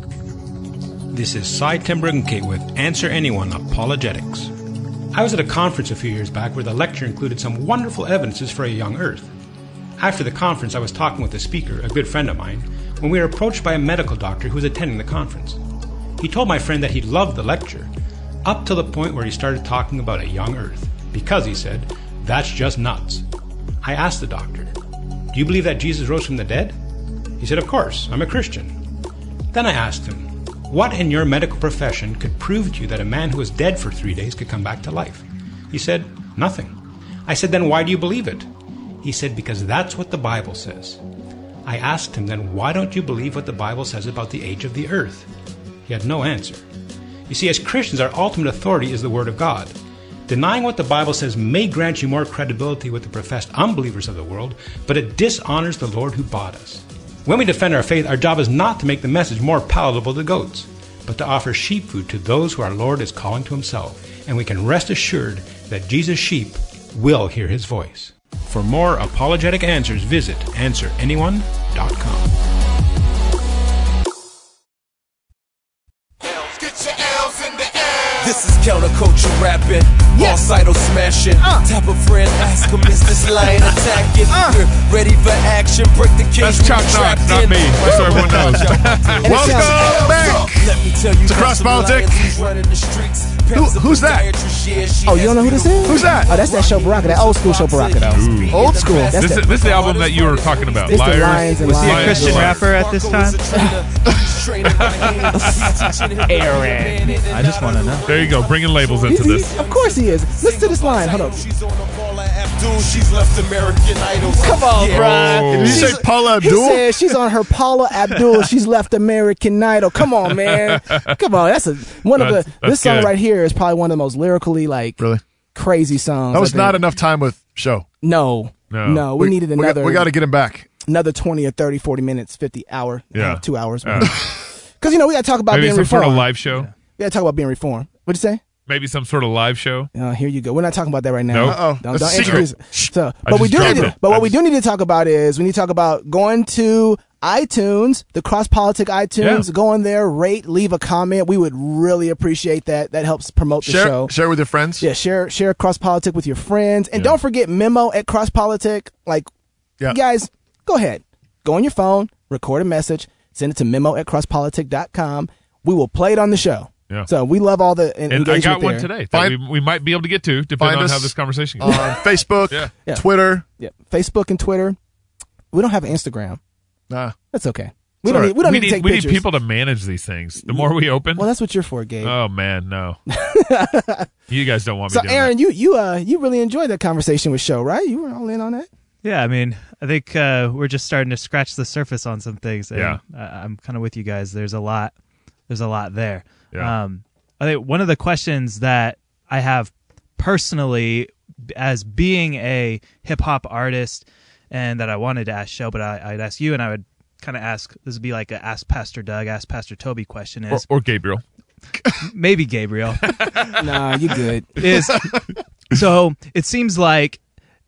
This is Cy Timbrunke with Answer Anyone Apologetics. I was at a conference a few years back where the lecture included some wonderful evidences for a young earth. After the conference, I was talking with the speaker, a good friend of mine, when we were approached by a medical doctor who was attending the conference. He told my friend that he loved the lecture, up to the point where he started talking about a young earth, because he said, That's just nuts. I asked the doctor, Do you believe that Jesus rose from the dead? He said, Of course, I'm a Christian. Then I asked him, what in your medical profession could prove to you that a man who was dead for three days could come back to life? He said, Nothing. I said, Then why do you believe it? He said, Because that's what the Bible says. I asked him, Then why don't you believe what the Bible says about the age of the earth? He had no answer. You see, as Christians, our ultimate authority is the Word of God. Denying what the Bible says may grant you more credibility with the professed unbelievers of the world, but it dishonors the Lord who bought us. When we defend our faith, our job is not to make the message more palatable to goats, but to offer sheep food to those who our Lord is calling to himself. And we can rest assured that Jesus' sheep will hear his voice. For more apologetic answers, visit answeranyone.com.
This is counterculture rapping, lost idol smashing.
Uh.
Tap a friend, ask him, is this lion attacking? We're ready for action, break the cage.
That's Chuck Knox, not me. Just so everyone knows. Welcome back.
Let me tell you,
To Cross Politics.
Who,
who's that?
Oh, you don't know who this is?
Who's that?
Oh, that's that show Baraka, that old school show Baraka, though. Old school. That's
This is,
that-
this is the album that you were talking about.
It's the
Liars.
Lions and
Was he a
Lions.
Christian rapper
at this time? Aaron. I just want to know.
There you go. Bringing labels into
He- he-
this.
of course he is. Listen to this line. Hold up.
Dude, she's left American Idol.
Come on,
Yeah.
bro.
Oh.
Did you say Paula Abdul?
He said she's on her Paula Abdul. she's left American Idol. Come on, man. Come on. That's a one of
That's-
the.
that's
This song
good.
right here is probably one of the most lyrically like
Really?
crazy songs.
That
I
was
think.
not enough time with show.
No. No. No, we needed
got-
another-
We got to get him back.
Another twenty or 30, 40 minutes, fifty hour,
Yeah.
uh, two hours.
Yeah.
Because you know we got to talk about
Maybe
being
some
reformed.
sort of live show.
we got to talk about being reformed. What'd you say?
Maybe some sort of live show.
Uh, here you go. We're not talking about that right now.
Nope. Uh-oh.
Don't,
That's
don't
a secret.
introduce it. So,
I
but we
just
do need
dropped
to,
it.
But what we do need to talk about is we need to talk about going to iTunes, the Cross Politic iTunes.
Yeah.
Go in there, rate, leave a comment. We would really appreciate that. That helps promote the
Share,
show.
share with your friends.
Yeah, share share Cross Politic with your friends, and don't forget memo at Cross Politic. Like,
Yeah.
you guys, go ahead, go on your phone, record a message, send it to memo at crosspolitic.com. We will play it on the show.
Yeah.
So we love all the en-
And I
engagement
got one
there.
today that we, we might be able to get to, depending
Find
on
us
how this conversation
uh,
goes.
on Facebook,
Yeah.
Yeah.
Twitter.
Yeah, Facebook and Twitter. We don't have an Instagram.
Nah.
That's okay. We don't. Need, we don't need, to take
we
pictures.
need people to manage these things. The more we open,
Well, that's what you're for, Gabe.
oh man, no. you guys don't want me.
so,
doing
Aaron, you you uh you really enjoyed that conversation with Show, right? You were all in on that.
Yeah, I mean, I think uh, we're just starting to scratch the surface on some things. And
Yeah.
I, I'm kind of with you guys. There's a lot. There's a lot there.
Yeah.
Um, I think one of the questions that I have personally, as being a hip hop artist, and that I wanted to ask Show, but I, I'd ask you, and I would kind of ask. This would be like a ask Pastor Doug, ask Pastor Toby question.
that.
Is
Or, or Gabriel.
maybe Gabriel
nah, you good.
is so it seems like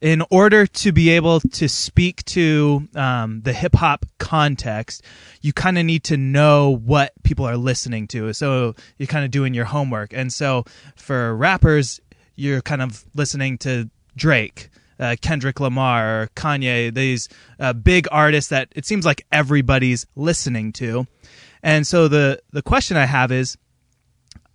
in order to be able to speak to um, the hip hop context, you kind of need to know what people are listening to. So you're kind of doing your homework. And so for rappers, you're kind of listening to Drake, uh, Kendrick Lamar, or Kanye, these uh, big artists that it seems like everybody's listening to. And so the, the question I have is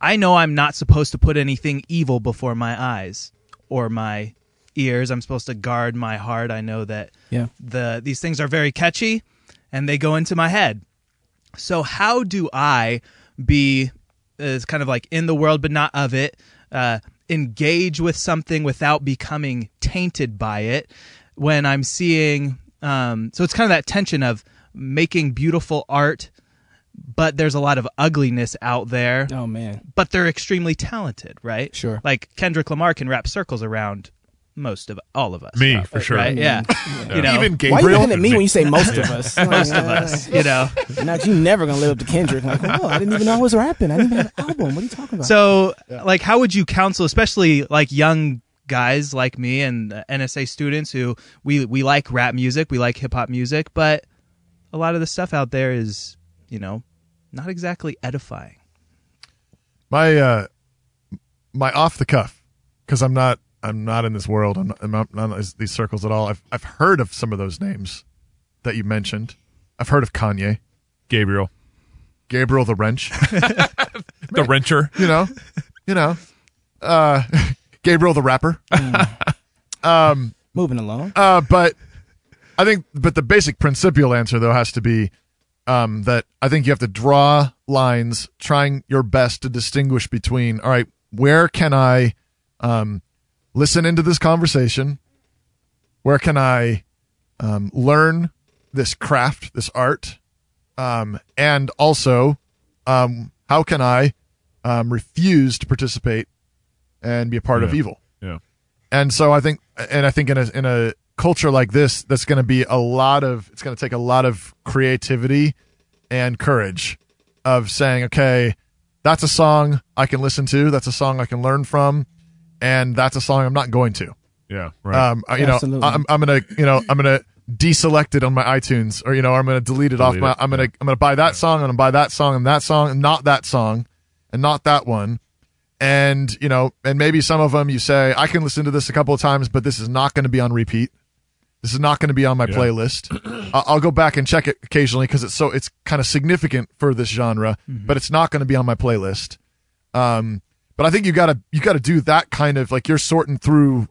I know I'm not supposed to put anything evil before my eyes or my ears. I'm supposed to guard my heart. I know that
Yeah.
the these things are very catchy and they go into my head. So how do I be is kind of like in the world but not of it, uh, engage with something without becoming tainted by it when I'm seeing um, so it's kind of that tension of making beautiful art but there's a lot of ugliness out there.
Oh man.
But they're extremely talented, right?
Sure.
Like Kendrick Lamar can wrap circles around most of all of us.
Me, for sure.
Right? Yeah.
Mm-hmm. Yeah.
You know,
Even
Why are you looking at me when you say most of
Yeah.
us?
Most of us, you know.
Now you never gonna live up to Kendrick. Like, oh, I didn't even know I was rapping. I didn't even have an album. What are you talking about?
So, like, how would you counsel, especially like young guys like me and uh, NSA students who we we like rap music, we like hip hop music, but a lot of the stuff out there is, you know, not exactly edifying.
My uh, my off the cuff because I'm not I'm not in this world. I'm not, I'm not in these- these circles at all. I've I've heard of some of those names that you mentioned. I've heard of Kanye,
Gabriel,
Gabriel the Wrench,
the wrencher.
you know, you know, uh, Gabriel the rapper. um,
Moving along.
Uh, but I think, but the basic principial answer though has to be um, that I think you have to draw lines, trying your best to distinguish between. All right, where can I um, listen into this conversation? Where can I um, learn this craft, this art, um, and also um, how can I um, refuse to participate and be a part of
Yeah.
evil?
Yeah.
And so I think, and I think in a in a culture like this, that's going to be a lot of it's going to take a lot of creativity and courage of saying, okay, that's a song I can listen to, that's a song I can learn from, and that's a song I'm not going to.
Yeah. Right.
Um, I- you know,
Absolutely.
I'm, I'm gonna, you know, I'm gonna deselect it on my iTunes, or you know, I'm gonna delete it off
Delete
my.
it,
I'm gonna, I'm gonna buy that song, and I'm buy that song, and that song, and not that song, and not that one, and you know, and maybe some of them you say I can listen to this a couple of times, but this is not going to be on repeat. This is not going to be on my
Yeah.
playlist. I- I'll go back and check it occasionally because it's so it's kind of significant for this genre,
Mm-hmm.
but it's not going to be on my playlist. Um, but I think you gotta you gotta do that kind of like you're sorting through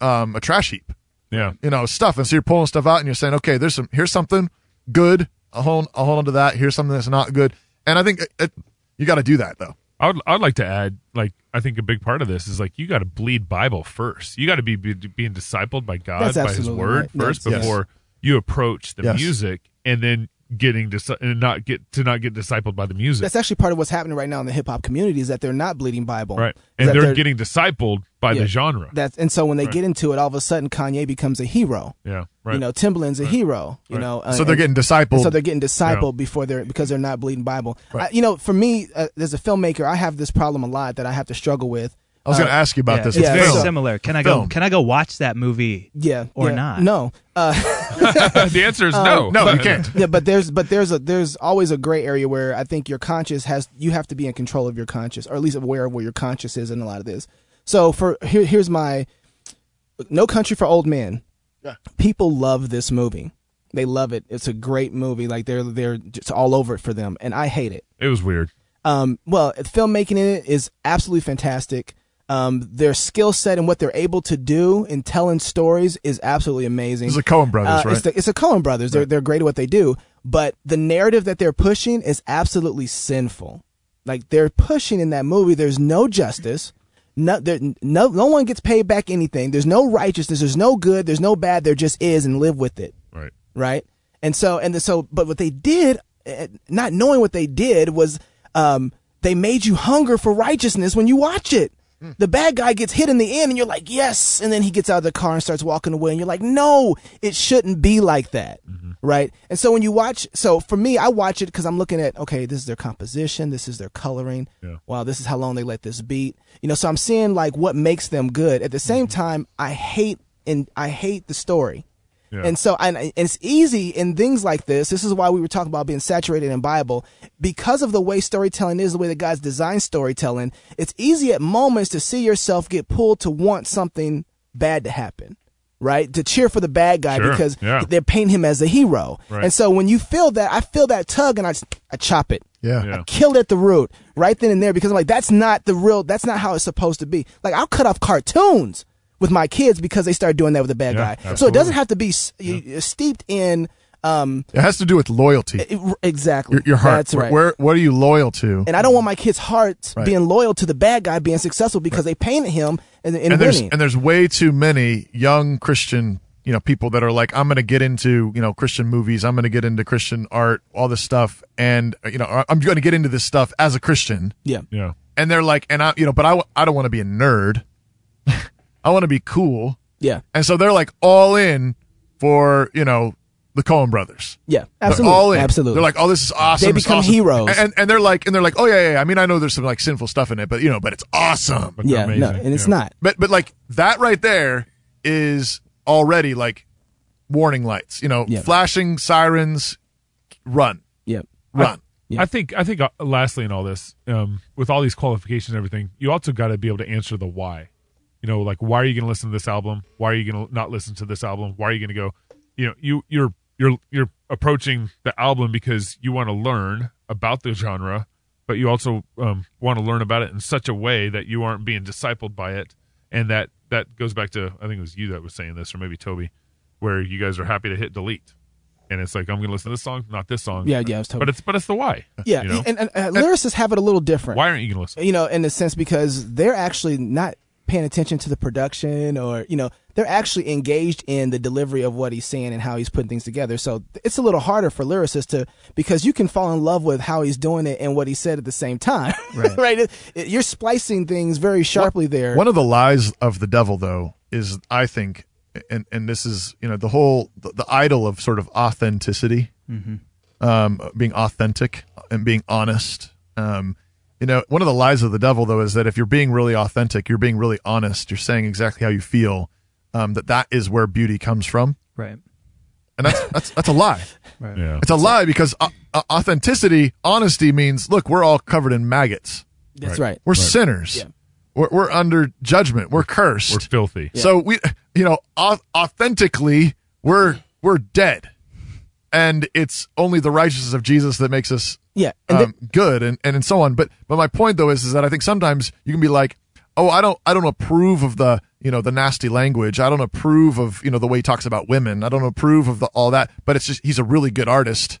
um, a trash heap
Yeah.
you know stuff and so you're pulling stuff out and you're saying okay there's some here's something good i'll hold i'll hold on to that here's something that's not good and i think it, it, you got to do that though
I would, I'd like to add, like, I think a big part of this is like you got to bleed Bible first. You got to be, be being discipled by God,
That's
by His
absolutely
Word
right.
first
Yes.
before you approach the
Yes.
music, and then getting dis- and not get to not get discipled by the music,
That's actually part of what's happening right now in the hip hop community is that they're not bleeding Bible,
right?
Is
And
that
they're, getting discipled by
Yeah.
the genre.
that's and so when they
Right.
get into it, all of a sudden Kanye becomes a hero.
yeah, right.
You know, Timbaland's a hero. You
Right.
know,
So they're getting discipled.
So they're getting discipled
Yeah.
before they're because they're not bleeding Bible. I, you know, for me uh, as a filmmaker, I have this problem a lot that I have to struggle with.
I was gonna ask you about
Uh, yeah,
this.
yeah,
It's
so-
Very similar. Can I go?
Film.
Can I go watch that movie?
Yeah,
or
yeah,
not?
No, uh,
the answer is no.
um,
But-
but- Yeah, but there's but there's a there's always a gray area where I think your conscious has you have to be in control of your conscious or at least aware of where your conscious is in a lot of this. So for here here's my No Country for Old Men. People love this movie. They love it. It's a great movie. Like they're they're just all over it for them, and I hate it.
It was weird.
Um, well, filmmaking in it is absolutely fantastic. Um, their skill set and what they're able to do in telling stories is absolutely amazing.
It's the Coen brothers,
Uh, It's
right?
the, it's the Coen brothers. They're, they're great at what they do, but the narrative that they're pushing is absolutely sinful. Like they're pushing in that movie. There's no justice. No, there, no, no one gets paid back anything. There's no righteousness. There's no good. There's no bad. There just is, and live with it
Right.
right? And so, and the, so, but what they did, eh, not knowing what they did, was um, they made you hunger for righteousness when you watch it. The bad guy gets hit in the end, and you're like, yes. And then he gets out of the car and starts walking away, and you're like, no, it shouldn't be like that, right? And so when you watch, so for me, I watch it because I'm looking at, okay, this is their composition, this is their coloring. Wow, this is how long they let this beat. You know, so I'm seeing like what makes them good. At the same time, I hate and I hate the story.
Yeah.
And so, and, and it's easy in things like this. This is why we were talking about being saturated in Bible because of the way storytelling is, the way that God's designed storytelling. It's easy at moments to see yourself get pulled to want something bad to happen, right? To cheer for the bad guy
Sure,
because
yeah.
they're painting him as a hero.
Right.
And so, when you feel that, I feel that tug, and I, just- I chop it.
Yeah.
I kill it at the root right then and there because I'm like, that's not the real, that's not how it's supposed to be. Like, I'll cut off cartoons with my kids because they start doing that with a bad guy. So it
absolutely.
doesn't have to be s y steeped in. Um,
it has to do with loyalty
it- exactly.
your, your heart
That's right.
where what are you loyal to
and I don't want my kids' hearts
Right.
being loyal to the bad guy being successful because they painted him and, and,
and there's
winning.
and there's way too many young Christian you know people that are like I'm going to get into you know Christian movies I'm going to get into Christian art all this stuff and you know I- I'm going to get into this stuff as a Christian
yeah
yeah
and they're like and I you know but I w- I don't want to be a nerd I want to be cool
yeah
and so they're like all in for you know the Coen Brothers
Yeah,
They're
absolutely,
all in.
absolutely.
They're like, "Oh, this is awesome."
They
it's
become
awesome."
heroes.
and, and they're like, and they're like, "Oh yeah, yeah, yeah." I mean, I know there's some like sinful stuff in it, but you know, but it's awesome.
But they're Yeah, no, amazing. and it's Yeah. not.
But but like that right there is already like warning lights, you know, flashing sirens, run.
Yep.
Run.
I think I think uh, lastly in all this, um, with all these qualifications and everything, you also got to be able to answer the why. You know, like why are you going to listen to this album? Why are you going to not listen to this album? Why are you going to go? You know, you you're you're you're approaching the album because you want to learn about the genre, but you also um, want to learn about it in such a way that you aren't being discipled by it, and that that goes back to I think it was you that was saying this, or maybe Toby, where you guys are happy to hit delete. And it's like I'm going to listen to this song, not this song.
Yeah, yeah, it was Toby.
But it's but it's the why.
yeah,
you know?
and, and, uh, lyricists have it a little different.
why aren't you going to listen?
You know, in a sense, because they're actually not paying attention to the production or you know they're actually engaged in the delivery of what he's saying and how he's putting things together so it's a little harder for lyricists to because you can fall in love with how he's doing it and what he said at the same time right, It- it- you're splicing things very sharply there
One of the lies of the devil, though, is I think, and and this is you know the whole the, the idol of sort of authenticity,
Mhm.
um, being authentic and being honest. Um, you know, one of the lies of the devil, though, is that if you're being really authentic, you're being really honest, you're saying exactly how you feel. Um, that that is where beauty comes from,
Right.
and that's that's that's a lie.
Right.
Yeah.
It's a lie because au- au- authenticity, honesty means look, we're all covered in maggots.
That's Right. right.
We're
Right.
sinners.
Yeah.
We're, we're under judgment. We're cursed.
We're filthy.
So we, you know, au- authentically, we're we're dead, and it's only the righteousness of Jesus that makes us
Yeah,
um, good and, and and so on. But but my point though is is that I think sometimes you can be like, oh, I don't I don't approve of the you know the nasty language. I don't approve of you know the way he talks about women. I don't approve of the all that. But it's just he's a really good artist.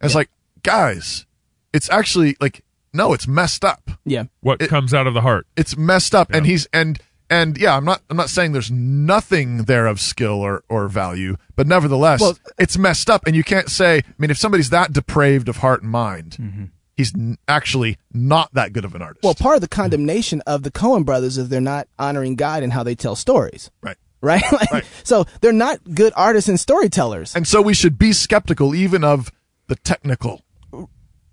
And it's like guys, it's actually like no, it's messed up.
Yeah.
What comes out of the heart?
It's messed up, and he's and and yeah, I'm not I'm not saying there's nothing there of skill or or value, but nevertheless,
Well-
it's messed up, and you can't say. I mean, if somebody's that depraved of heart and mind, he's n- actually not that good of an artist.
Mm-hmm. Well, part of the condemnation of the Cohen brothers is they're not honoring God and how they tell stories.
Right.
Right? Like, So they're not good artists and storytellers.
And so we should be skeptical even of the technical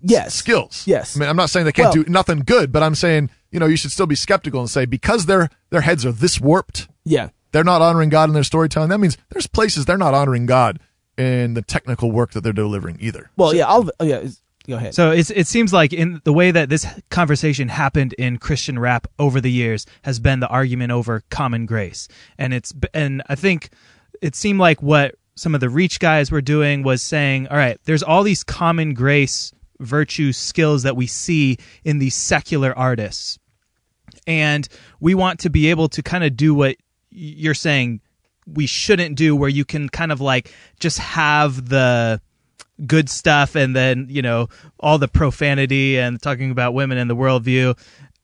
yes
skills.
Yes.
I mean, I'm not saying they can't
Well-
do nothing good, but I'm saying you know you should still be skeptical and say because their their heads are this warped.
Yeah.
they're not honoring God in their storytelling. That means there's places they're not honoring God in the technical work that they're delivering either.
Well, yeah, I'll oh, yeah, it's- go ahead.
So it's, it seems like in the way that this conversation happened in Christian rap over the years has been the argument over common grace, and it's b- and I think it seemed like what some of the Reach guys were doing was saying, all right, there's all these common grace virtue skills that we see in these secular artists, and we want to be able to kind of do what you're saying we shouldn't do where you can kind of like just have the good stuff and then you know all the profanity and talking about women and the worldview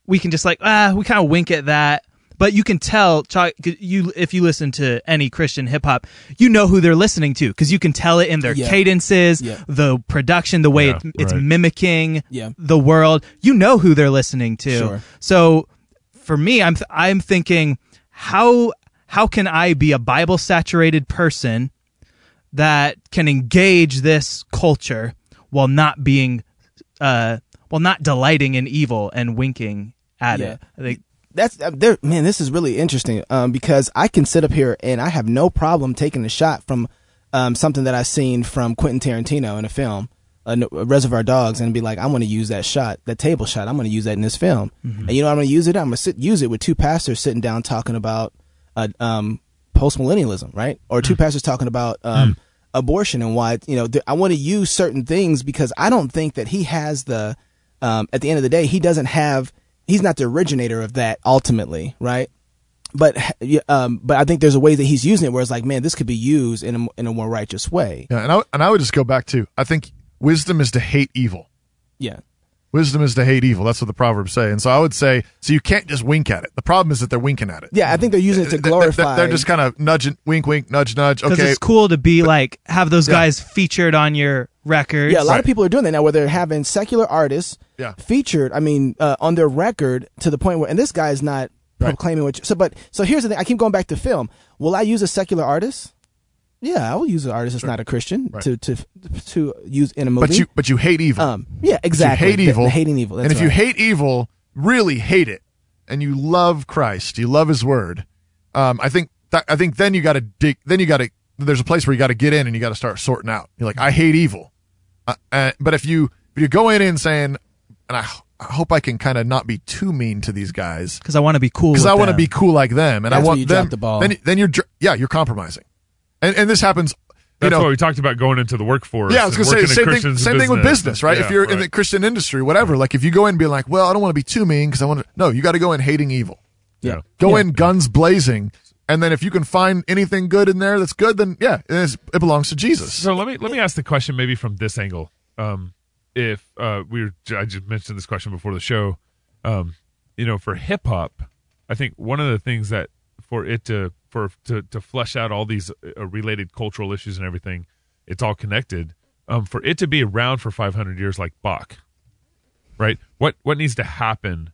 we can just like ah we kind of wink at that but you can tell Chuck, 'cause you if you listen to any christian hip-hop you know who they're listening to because you can tell it in their
Yeah.
cadences
Yeah.
the production the way
Yeah,
it, it's
right.
mimicking
Yeah.
the world you know who they're listening to
Sure.
so for me, I'm th- I'm thinking how how can I be a Bible saturated person that can engage this culture while not being uh while not delighting in evil and winking at
Yeah.
it. I think
that's uh, there man this is really interesting um, because i can sit up here and i have no problem taking a shot from um, something that i've seen from quentin tarantino in a film uh, no- reservoir dogs and be like i'm going to use that shot that table shot i'm going to use that in this film
Mm-hmm.
and you know how i'm going to use it i'm going to sit use it with two pastors sitting down talking about uh, um, postmillennialism right or
Mm.
two pastors talking about um, abortion and why you know th- i want to use certain things because i don't think that he has the um, at the end of the day, he doesn't have, he's not the originator of that ultimately, right? But yeah, um, but I think there's a way that he's using it where it's like, man, this could be used in a, in a more righteous way.
Yeah, and I and I would just go back to I think wisdom is to hate evil.
Yeah.
Wisdom is to hate evil. That's what the proverbs say. And so I would say so you can't just wink at it. The problem is that they're winking at it.
Yeah, I think they're using it to
They- they-
glorify.
They're just kind of nudging, wink, wink, nudge, nudge.
because
Okay,
it's cool to be like have those guys featured on your records.
yeah, a lot of people are doing that now where they're having secular artists
Yeah.
featured, I mean, uh, on their record to the point where, and this guy is not proclaiming what, you- so, but, so here's the thing. I keep going back to film. Will I use a secular artist? Yeah, I will use an artist that's not a Christian
Right.
to, to to use in a movie.
but you but you hate evil. Um,
yeah, exactly.
You hate
The-
evil.
the hating evil, that's
and if you
right.
hate evil, really hate it, and you love Christ, you love His Word. Um, I think that, I think then you got to dig. Then you got to. There's a place where you got to get in and you got to start sorting out. You're like, I hate evil. Uh, uh, but if you if you go in and saying, and I, h- I hope I can kind of not be too mean to these guys
because I want to be cool.
because
with
I want to
them.
be cool like them, and I
That's where
want
you drop
them.
the ball.
Then, then you're dr- yeah, you're compromising, and and this happens. You
That's
know,
why we talked about going into the workforce.
yeah, I was
and working in
gonna say same thing.
Christian's
Same thing with business, right?
Yeah,
if you're in
right.
the Christian industry, whatever, like if you go in being like, well, I don't want to be too mean because I want to. No, you got to go in hating evil.
Yeah.
Go in guns blazing, and then if you can find anything good in there that's good, then yeah, it's, it belongs to Jesus.
So let me let me ask the question maybe from this angle. Um, if uh, we were, I just mentioned this question before the show. Um, you know, for hip hop, I think one of the things that for it to for to to flesh out all these uh, related cultural issues and everything, it's all connected. Um, for it to be around for 500 years, like Bach, right? What what needs to happen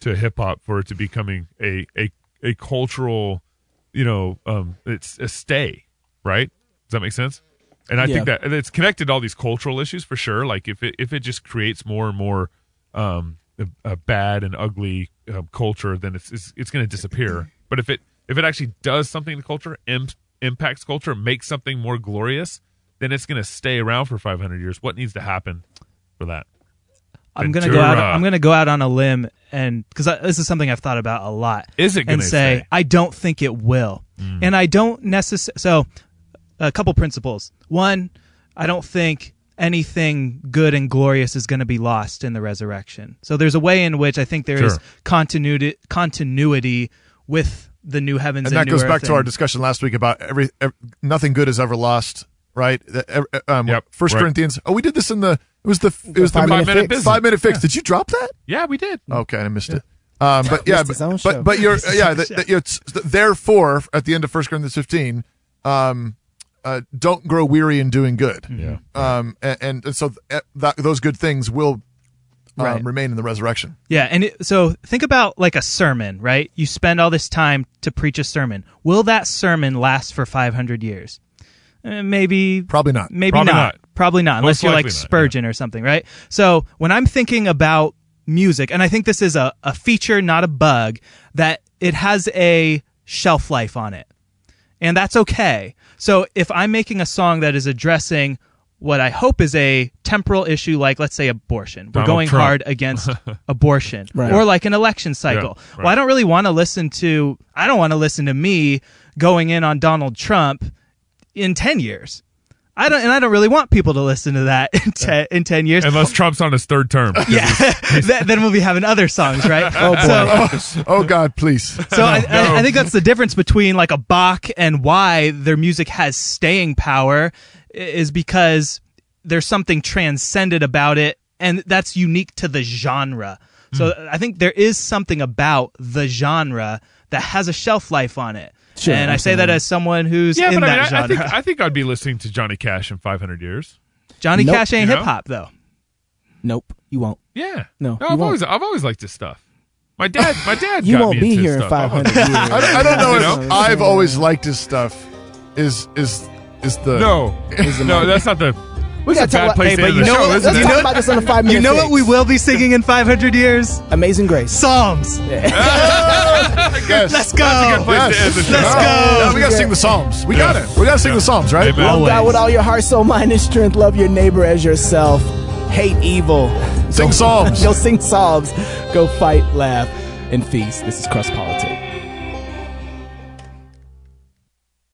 to hip hop for it to becoming a a a cultural, you know, um, it's a stay, right? Does that make sense? And I think
Yeah.
that and it's connected to all these cultural issues for sure. Like if it if it just creates more and more um, a, a bad and ugly um, culture, then it's it's, it's going to disappear. But if it if it actually does something to culture, im- impacts culture, makes something more glorious, then it's going to stay around for 500 years. What needs to happen for that?
I'm gonna go out.
Ventura.
I'm gonna go out on a limb and because this is something I've thought about a lot.
Is it
and
gonna
say,
stay?
I don't think it will,
Mm.
and I don't necessarily. So, a couple principles. One, I don't think anything good and glorious is going to be lost in the resurrection. So there's a way in which I think there is
Sure.
continuity continuity with the new
and
heavens and,
that
new
goes
earth
back to our
and-
discussion last week about every, ev nothing good is ever lost, right? That, ev- Um, First
right.
Corinthians. Oh, we did this in the it was the f- it was the
five
five
minute
minute
fix.
five minute fix. Did you drop that?
Yeah, we did.
Okay, I missed it. Um, but yeah,
Mm. Missed his
but,
own
but
show.
but you're
Missed his
yeah.
own
That,
show.
that, you know, it's- th- therefore, at the end of 1 Corinthians 15, um, uh, don't grow weary in doing good.
Yeah.
Um, and, and, so th- eh, that, those good things will um,
Right.
remain in the resurrection.
Yeah, and it, so think about like a sermon, right? You spend all this time to preach a sermon. Will that sermon last for 500 years? Uh, maybe
probably not.
Maybe
Probably not.
not. Probably not, unless
Most
you're like
likely not, yeah.
Spurgeon or something, right? So when I'm thinking about music, and I think this is a, a feature, not a bug, that it has a shelf life on it and that's okay. So if I'm making a song that is addressing what I hope is a temporal issue, like let's say abortion, we're
Donald
going
Trump.
hard against abortion,
Right.
or like an election cycle.
Yeah,
Well, I
right.
don't really want to listen to. I don't want to listen to me going in on Donald Trump in ten years. I don't, and I don't really want people to listen to that in ten, in ten years.
Unless Trump's on his third term.
yeah, Th- then we'll be having other songs, right?
oh, oh, God, please.
So I, I, I think that's the difference between like a Bach and why their music has staying power i- is because there's something transcended about it, and that's unique to the genre. So
Hmm.
I think there is something about the genre that has a shelf life on it.
Sure,
and I say that
absolutely.
as someone who's
yeah,
in
but I,
that
mean, I-
genre.
I think I think I'd be listening to Johnny Cash in 500 years.
Johnny Cash ain't
You know?
hip hop though.
Nope, you won't.
Yeah.
No, you
No, I've
won't.
always I've always liked this stuff. My dad, my dad.
You
got
won't
me
be
into
here in
stuff. I've always-
500 years.
I don't, I don't know.
You
If I've always liked his stuff. Is is is the
No, no, that's not the.
We
that's
gotta
a
talk about-
bad place
hey,
to
but
end
you
the
know
show,
what-
isn't
let's
it?
talk about this on the five-minute
You know
fix.
what we will be singing in 500 years?
Amazing Grace.
Psalms.
Yes.
Let's go.
Yes.
Let's go.
Yeah, we gotta sing the Psalms. We got it. We gotta sing the Psalms, right?
Love God with all your heart, soul, mind, and strength. Love your neighbor as yourself. Hate evil.
Sing psalms.
Go sing psalms. Go fight, laugh, and feast. This is cross politics.